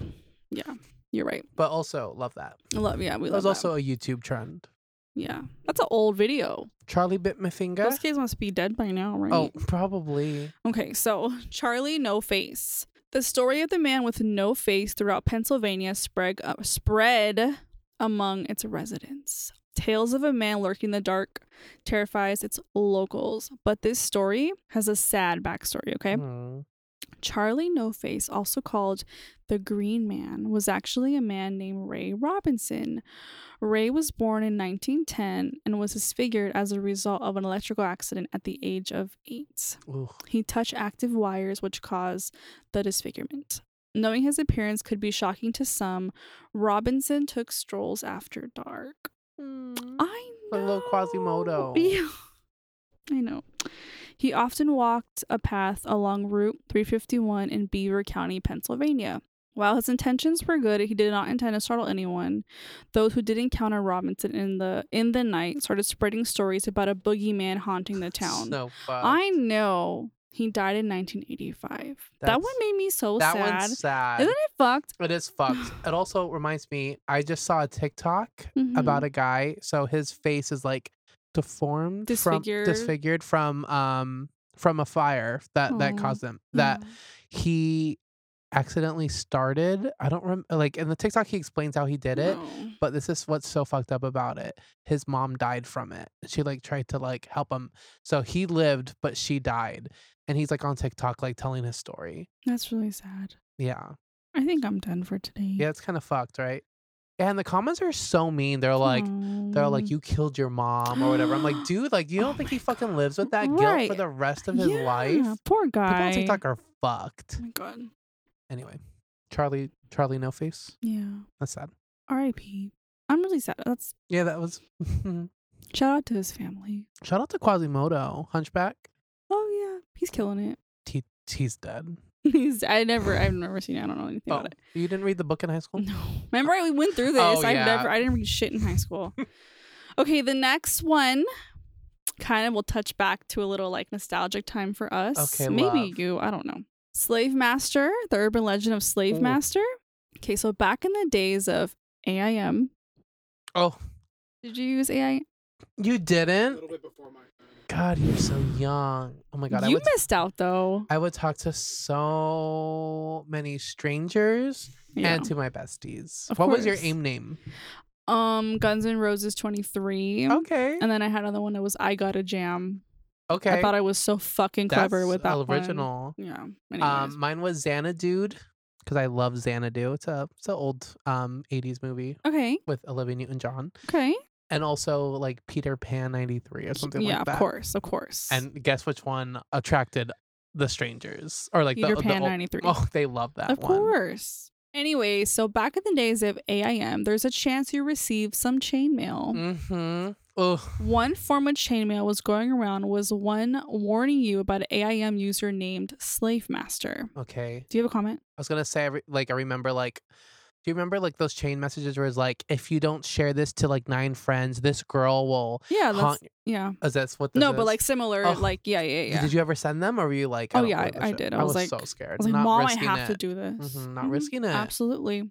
yeah, you're right. But also love that. I love. Yeah, we That love was that. also a YouTube trend. yeah, that's an old video. Charlie bit my finger. Those kids must be dead by now, right? Oh, probably. Okay, so Charlie No Face. The story of the man with no face throughout Pennsylvania spread, uh, spread among its residents. Tales of a man lurking in the dark terrifies its locals, but this story has a sad backstory, okay? Mm. Charlie No Face, also called the Green Man, was actually a man named Ray Robinson. Ray was born in 1910 and was disfigured as a result of an electrical accident at the age of eight. Hmm. Ooh. He touched active wires, which caused the disfigurement. Knowing his appearance could be shocking to some, Robinson took strolls after dark. I A know. little Quasimodo. (laughs) Yeah. I know. He often walked a path along Route 351 in Beaver County, Pennsylvania. While his intentions were good, he did not intend to startle anyone. Those who did encounter Robinson in the in the night started spreading stories about a boogeyman haunting the town. So fucked. I know he died in 1985. that That's- one made me so that sad. one's sad. Isn't it fucked? It (sighs) is fucked. It also reminds me, I just saw a TikTok Mm-hmm. about a guy. So his face is like deformed, Disfigured. from disfigured from um from a fire that that Oh, caused them. That he accidentally started. I don't remember. Like in the TikTok, he explains how he did it. But this is what's so fucked up about it. His mom died from it. She like tried to like help him. So he lived, but she died. And he's like on TikTok, like telling his story. That's really sad. Yeah. Mm. I think I'm done for today. Yeah, it's kind of fucked, right? And the comments are so mean. They're like, they're Um, like, you killed your mom or whatever. (gasps) I'm like, dude, like, you Oh don't think my he fucking lives with that guilt Right. for the rest of his yeah, life? People Poor guy. on TikTok are fucked. Oh my god. Anyway, Charlie, Charlie, no face. Yeah. That's sad. R.I.P. I'm really sad. That's Yeah, that was. (laughs) shout out to his family. Shout out to Quasimodo, Hunchback. Oh yeah, he's killing it. (laughs) He, he's dead. He's I never I've never seen. it. I don't know anything Oh, about it. you didn't read the book in high (laughs) school? No. Remember we went through this. Oh, I yeah. never I didn't read shit in high (laughs) school. okay, the next one kind of will touch back to a little like nostalgic time for us. Okay, Maybe love. you, I don't know. Slave Master, the urban legend of Slave Ooh. Master. Okay, so back in the days of AIM. Oh, Did you use AIM? you A didn't? little bit before my time. God, you're so young. Oh my God, I you would missed out though. I would talk to so many strangers Yeah. and to my besties. Of what was your course. aim name? um Guns N' Roses 23. Okay. And then I had another one that was I Got a Jam. Okay. I thought I was so fucking clever That's with that one. original. Yeah. Anyways. Um, mine was Xanadude because I love Xanadu. It's a it's an old um '80s movie okay. with Olivia Newton-John Okay. and also like Peter Pan '93 or something yeah, like that. of course, of course. And guess which one attracted the strangers or like Peter the, Pan the old- 93. Oh, they love that of one. course. Anyway, so back in the days of AIM, there's a chance you receive some chainmail. Mm-hmm. Oh, One form of chainmail was going around was one warning you about an AIM user named Slave Master. okay. Do you have a comment? I was gonna say, I re- like, I remember, like, do you remember like those chain messages where it's like, if you don't share this to like nine friends, this girl will Yeah, that's, haunt. yeah. Is that's what? This No, but is? like similar, Oh. like yeah, yeah, Y- yeah. did you ever send them, or were you like, I Oh, don't yeah, believe I- this I shit. did. I I was like- so I scared. was like, not Mom, I risking have to it. do this. Mhm, not Mhm. risking it. Absolutely.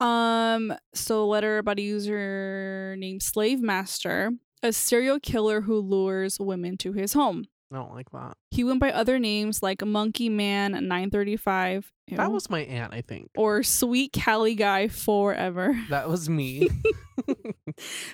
Um, so letter about a user named Slave Master, a serial killer who lures women to his home. I don't like (laughs) that. He went by other names like Monkey Man 935 That ew, was my aunt, I think. or Sweet Cali Guy forever. (laughs) That was me.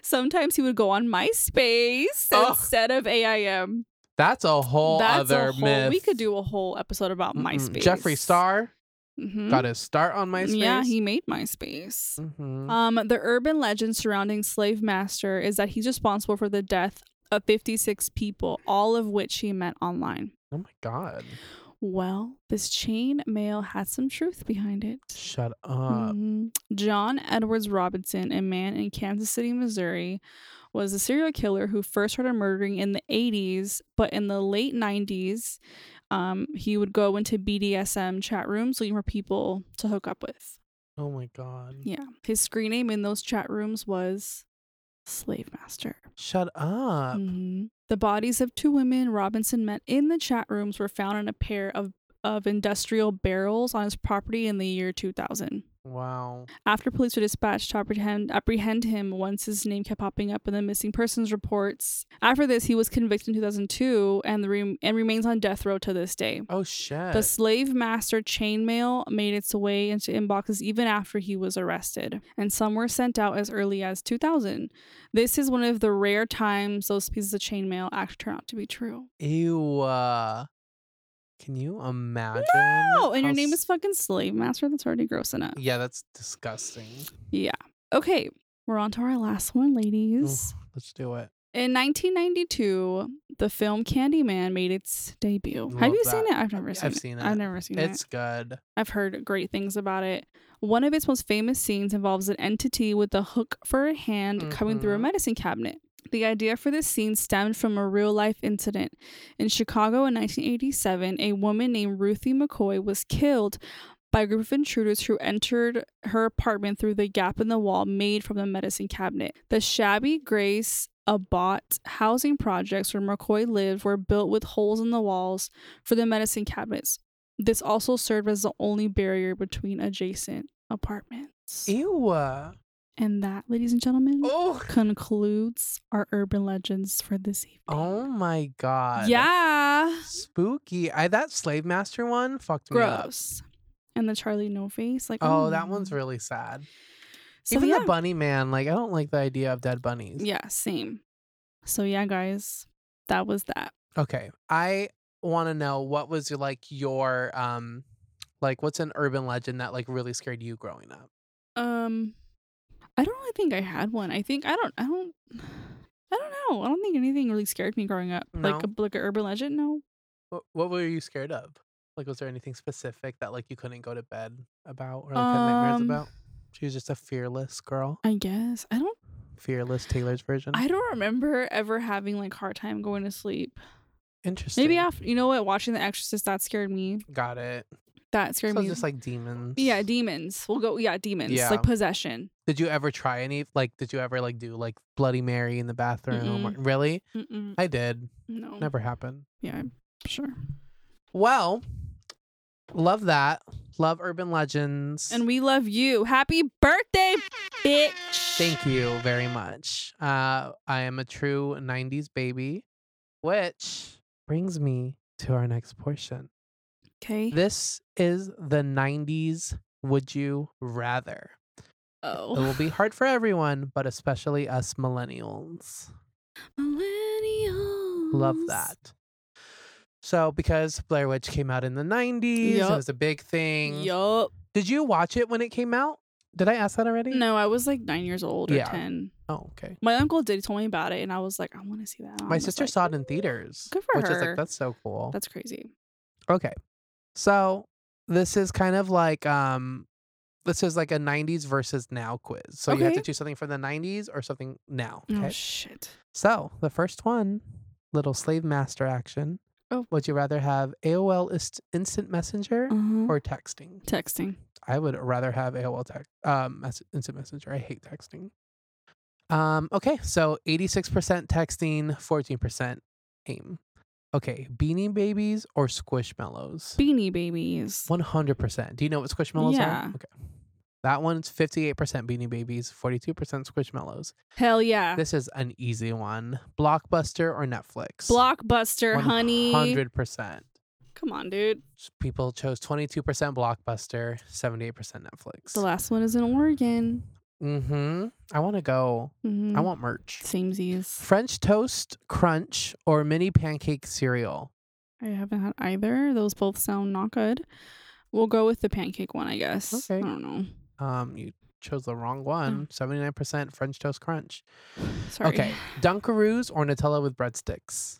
Sometimes he would go on MySpace Oh. instead of AIM. That's a whole That's other a whole, myth. we could do a whole episode about Mm-mm. MySpace. Jeffree Star Mhm. got his start on MySpace. Yeah, he made MySpace. Mhm. Um, the urban legend surrounding Slave Master is that he's responsible for the death of 56 people, all of which he met online. oh my god! Well, this chain mail had some truth behind it. Shut up. Mhm. John Edwards Robinson, a man in Kansas City, Missouri, was a serial killer who first started murdering in the 80s, but in the late 90s, um, he would go into BDSM chat rooms looking for people to hook up with. Oh my god! Yeah. His screen name in those chat rooms was Slave Master. Shut up! Mhm. The bodies of two women Robinson met in the chat rooms were found in a pair of, of industrial barrels on his property in the year 2000. Wow. After police were dispatched to apprehend, apprehend him once his name kept popping up in the missing persons reports. After this, he was convicted in 2002 and, the re- and remains on death row to this day. Oh shit. The slave master chainmail made its way into inboxes even after he was arrested, and some were sent out as early as 2000. This is one of the rare times those pieces of chainmail actually turn out to be true. Ew. uh, Can you imagine? Oh, and how your name s- is fucking slave master. That's already gross enough. Yeah, that's disgusting. Okay, we're on to our last one, Ooh, ladies. let's do it. In 1992, the film Candyman made its debut. Have Love you seen that. it? I've never seen I've it. seen I've it. never seen it. It's good. I've heard great things about it. One of its most famous scenes involves an entity with a hook for a hand coming through a Mhm. medicine cabinet. The idea for this scene stemmed from a real life incident. In Chicago in 1987, a woman named Ruthie McCoy was killed by a group of intruders who entered her apartment through the gap in the wall made from the medicine cabinet. The shabby Grace Abbott housing projects where McCoy lived were built with holes in the walls for the medicine cabinets. This also served as the only barrier between adjacent apartments. Ew. uh, And that, ladies and gentlemen, Oh. concludes our urban legends for this evening. Oh my god. yeah. Spooky. I that slave master one fucked me up. Gross. And the Charlie No Face, like Oh, that one's mm. really sad. So, Even yeah. the bunny man, like I don't like the idea of dead bunnies. Yeah, same. So yeah, guys, that was that. Okay. I want to know what was your- like your um like what's an urban legend that like really scared you growing up? Um, I don't really think I had one. I think I don't. I don't. I don't know. I don't think anything really scared me growing up. No? Like a, like an urban legend. No. What what were you scared of? Like was there anything specific that like you couldn't go to bed about or like had nightmares Um, about? She was just a fearless girl. I guess I don't. Fearless Taylor's version. I don't remember ever having like hard time going to sleep. Interesting. Maybe after you know what, watching The Exorcist that scared me. Got it. That scared So me. just like demons. yeah, demons. We'll go. Yeah, demons. Yeah. Like possession. Did you ever try any? Like, did you ever like do like Bloody Mary in the bathroom? Or, really? Mm-mm, Mm. I did. no. Never happened. Yeah, I'm sure. Well, love that. Love urban legends. And we love you. Happy birthday, bitch. thank you very much. Uh, I am a true '90s baby, which brings me to our next portion. Okay. This is the '90s. Would you rather? It oh. will be hard for everyone, but especially us millennials. Millennials. Love that. So, because Blair Witch came out in the 90s, Yup. it was a big thing. Yup. Did you watch it when it came out? Did I ask that already? No, I was like nine years old or Yeah. ten. Oh, okay. My uncle did tell me about it, and I was like, I want to see that. And I My was Oh, sister like, saw it in theaters. Good for which is her. like, that's so cool. That's crazy. okay. So, this is kind of like, um, this is like a 90s versus now quiz. So, you have to Okay. choose something from the 90s or something now. Oh shit. So the first one, little slave master action. Oh. Would you rather have AOL ist- Instant Messenger Uh-huh. or texting? texting. I would rather have AOL text um, mess- Instant Messenger. I hate texting. Um, okay, so 86% texting, 14% aim. Okay, Beanie Babies or Squishmallows? Beanie Babies. 100%. Do you know what Squishmallows Yeah. are? Okay. That one's 58% Beanie Babies, 42% Squishmallows. Hell yeah. This is an easy one. Blockbuster or Netflix? Blockbuster, honey. Hundred percent. Come on, dude. People chose twenty-two percent Blockbuster, seventy-eight percent Netflix. The last one is in Oregon. mm-hmm. I want to go. Mm-hmm. I want merch. samesies. French toast crunch or mini pancake cereal. I haven't had either. Those both sound not good. We'll go with the pancake one, I guess. Okay. I don't know. Um, you chose the wrong (sighs) one. Seventy-nine percent French toast crunch. Sorry. Okay, Dunkaroos or Nutella with breadsticks.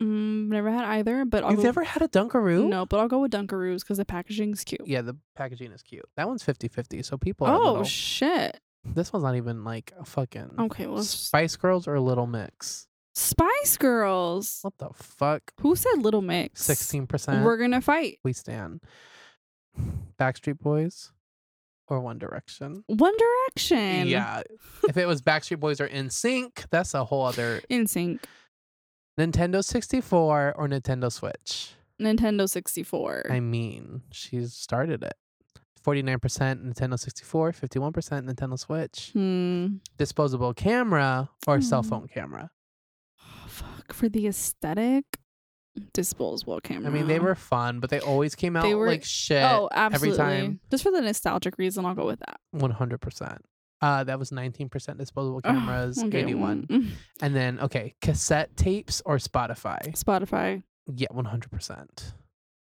Mm, never had either, but I'll You've go- never had a Dunkaroo? No, but I'll go with Dunkaroos because the packaging's cute. Yeah, the packaging is cute. That one's 50-50, so people are a oh little- shit. This one's not even like a fucking Okay, well, s- Spice Girls or Little Mix. Spice Girls. What the fuck? Who said Little Mix? Sixteen percent. We're gonna fight. We stand. Backstreet Boys or One Direction. One Direction. (laughs) Yeah, if it was Backstreet Boys or In Sync, that's a whole other In sync. Nintendo sixty four or Nintendo Switch. Nintendo 64. I mean, she started it. Forty nine percent Nintendo sixty four, fifty one percent Nintendo (laughs) Switch. hmm. Disposable camera or cell Hmm. phone camera. Oh, fuck for the aesthetic. Disposable camera. I mean, they were fun, but they always came out Mm-hmm. They were- like shit. Oh, absolutely. time. Just for the nostalgic reason, I'll go with that. One hundred percent. Uh, that was nineteen percent disposable Ugh, cameras, Oh, okay, eighty-one, mm, and then okay, cassette tapes or Spotify. Spotify. Yeah, one hundred percent.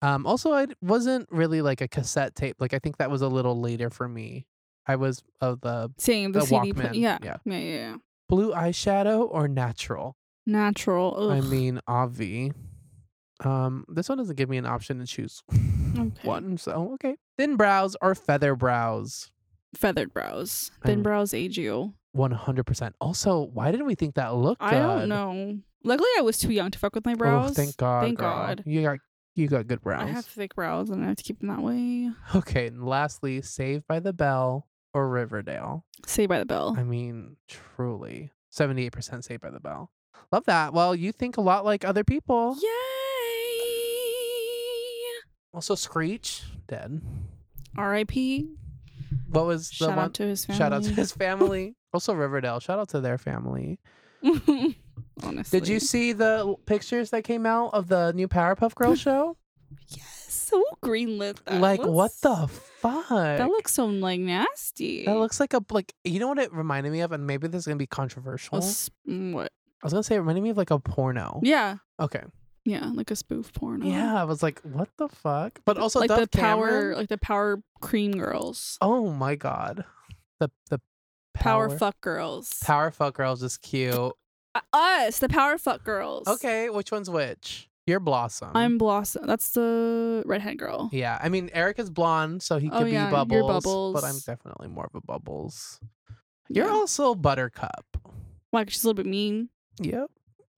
Um, also, I d- wasn't really like a cassette tape. Like I think that was a little later for me. I was of the Seeing the, The CD. pla- Walkman, yeah. yeah. Yeah. Yeah. yeah. blue eyeshadow or natural. Natural. I ugh. mean, Avi. Um, this one doesn't give me an option to choose (laughs) Okay. one. So okay, thin brows or feather brows. feathered brows. I Thin mean- brows age you. One hundred percent. Also, why didn't we think that looked? I don't good? know. Luckily, I was too young to fuck with my Oh, brows. thank God. Thank girl. God. You got You got good brows. I have thick brows and I have to keep them that way. Okay, and lastly, Saved by the Bell or Riverdale. Saved by the Bell. I mean, truly, 78% Saved by the Bell. Love that. Well, you think a lot like other people. Yay! Also, Screech, dead. R.I.P. What was the Shout one? out to his family. Shout out to (laughs) his family. also, Riverdale. Shout out to their family. his. Honestly. Did you see the l- pictures that came out of the new Powerpuff (laughs) Girls show? Yes. Who greenlit that? like, what Let's- the fuck? That looks so like nasty. That looks like a like. You know what it reminded me of, and maybe this is gonna be A controversial. s- mm, what? I was gonna say it reminded me of like a porno. Yeah. Okay. Yeah, like a spoof porn. Yeah, I was like, what the fuck? But also Uh-huh. like Dove the power, Cameron- like the power cream girls, Oh my god, the the power, fuck girls, power fuck girls is cute. Uh, us, the power fuck girls. Okay, which one's which? You're Blossom. I'm Blossom. That's the redhead girl. Yeah, I mean Eric is blonde, so he Oh, could be yeah, bubbles, you're But I'm Bubbles. definitely more of a Bubbles. You're Yeah. also Buttercup. Like she's a little bit mean. Yep.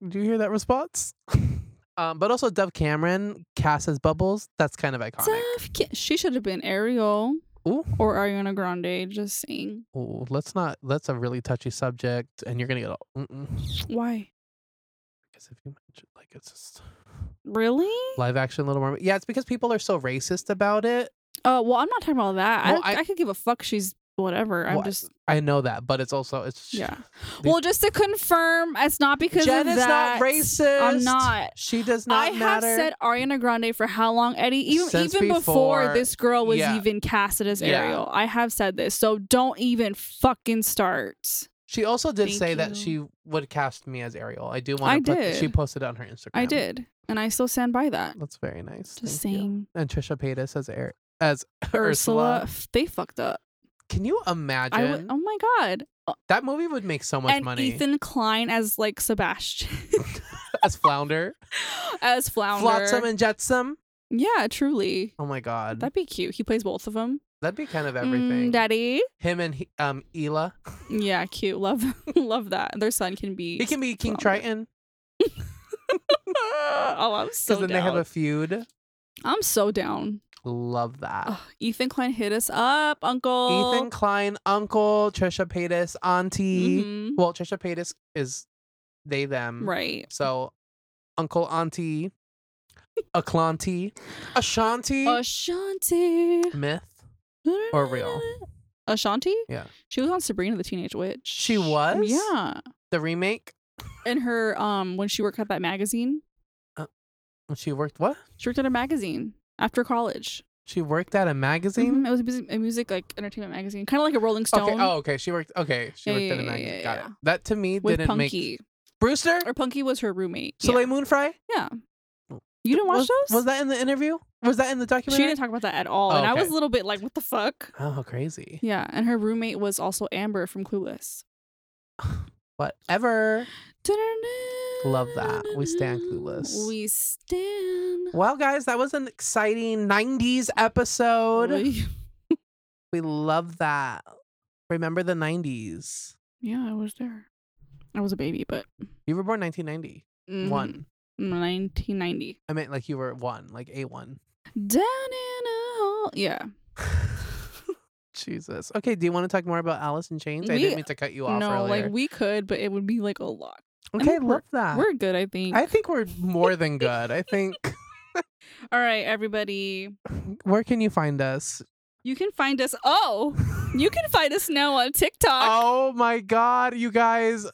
Do you hear that response? (laughs) um, but also Dove Cameron cast as Bubbles. That's kind of iconic. Tough ki- She should have been Ariel Ooh. or Ariana Grande. Just saying. Ooh, let's not. That's a really touchy subject, and you're gonna get. all mm-mm. Why? Because if you mention like it's just (laughs) Really? live action Little Mermaid, yeah, it's because people are so racist about it. Uh, well, I'm not talking about that. Well, I, I- I, could give a fuck. She's whatever. I'm Well, I- just I know that, but it's also it's yeah. These- Well, just to confirm, it's not because Jen of is that. not racist. I'm not. She does not I matter. have said Ariana Grande for how long, Eddie? Even Since even before, before- this girl was yeah. even casted as Yeah. Ariel. I have said this, so don't even fucking start. she also did Thank say that you. she would cast me as Ariel. I do want I to. put th- She did. posted on her Instagram. I did, and I still stand by that. That's very nice. Just Thank you. saying, And Trisha Paytas as Ari- as (laughs) Ursula, Ursula. f- they fucked up. Can you I imagine w- oh my god, that movie would make so much and money Ethan Klein as like Sebastian, (laughs) (laughs) as Flounder, as Flounder. Flotsam and Jetsam. yeah, truly, Oh my god, that'd be cute. He plays both of them. that'd be kind of everything. Mm, Daddy, Him and he, um Ela. (laughs) yeah, cute. Love, (laughs) love that. Their son can be. He can be King Flounder. Triton (laughs) oh, (laughs) I'm so because down. then they have a feud. I'm so down. Love that. Ugh, Ethan Klein hit us up, Uncle. Ethan Klein, uncle, Trisha Paytas, auntie. Mhm. Well, Trisha Paytas is they them. Right. So uncle, auntie, Aclanti, Ashanti Ashanti. myth. Or real. Ashanti? Yeah. She was on Sabrina the Teenage Witch. She was? Yeah. The remake. In her um when she worked at that magazine. She worked what? She worked at a magazine after college. She worked at a magazine. Mhm, It was a music, a music like entertainment magazine. Kind of like a Rolling Stone Okay. Oh, okay. She worked. Okay, she Yeah, worked yeah, at a yeah, magazine. yeah, Got yeah. it. That to me with didn't make Punky. Brewster. Or Punky was her roommate. Soleil yeah. Moonfry. Yeah. You didn't watch was, those? Was that in the interview? Was that in the she documentary? didn't talk about that at all. Oh, and I okay. was a little bit like, what the fuck? Oh, crazy. Yeah, and her roommate was also Amber from Clueless. Whatever. Love that. We stand Clueless. We stand. Well, guys, that was an exciting 90s episode. We- We love that. Remember the 90s. Yeah, I was there. I was a baby, but You were born 1990. One. Mhm. 1990. I meant like you were one, like (laughs) A1. Down in a hole. Yeah. Jesus. Okay, do you want to talk more about Alice in Chains? I We- didn't mean to cut you off no, earlier. like we could, but it would be like a lot. I okay, think we're- love that. We're good, I think. I think we're more than good. I (laughs) think. All right, everybody. Where can you find us? You can find us. Oh, you can find us now on TikTok. Oh my God, you guys.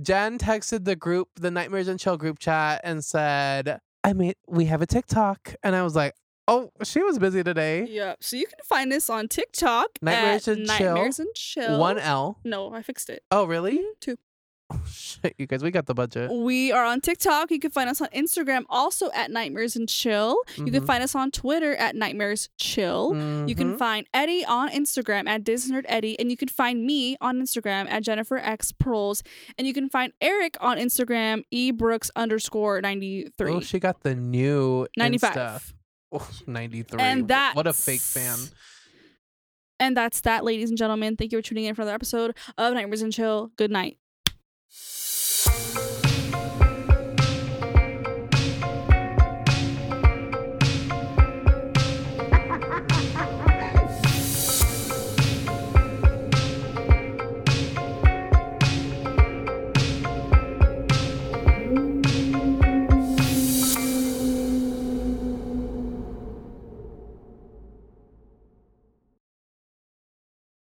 Jen texted the group, the Nightmares and Chill group chat, and said, I mean, we have a TikTok. And I was like, oh, she was busy today. Yeah. So you can find us on TikTok. Oh. Nightmares at and Chill. Nightmares and Chill. One L. No, I fixed it. Oh, really? Two. Oh, Mm-hmm. (laughs) shit, you guys, we got the budget. We are on TikTok. You can find us on Instagram also at Nightmares and Chill. You can Mhm. find us on Twitter at Nightmares Chill. You can Mhm. find Eddie on Instagram at Disnerd Eddie, and you can find me on Instagram at Jennifer X Pearls, and you can find Eric on Instagram e Brooks underscore ninety Oh, three she got the new ninety Insta. five, Oh, 93. and Wha- that what a fake fan. And that's that, ladies and gentlemen. Thank you for tuning in for another episode of Nightmares and Chill. Good night.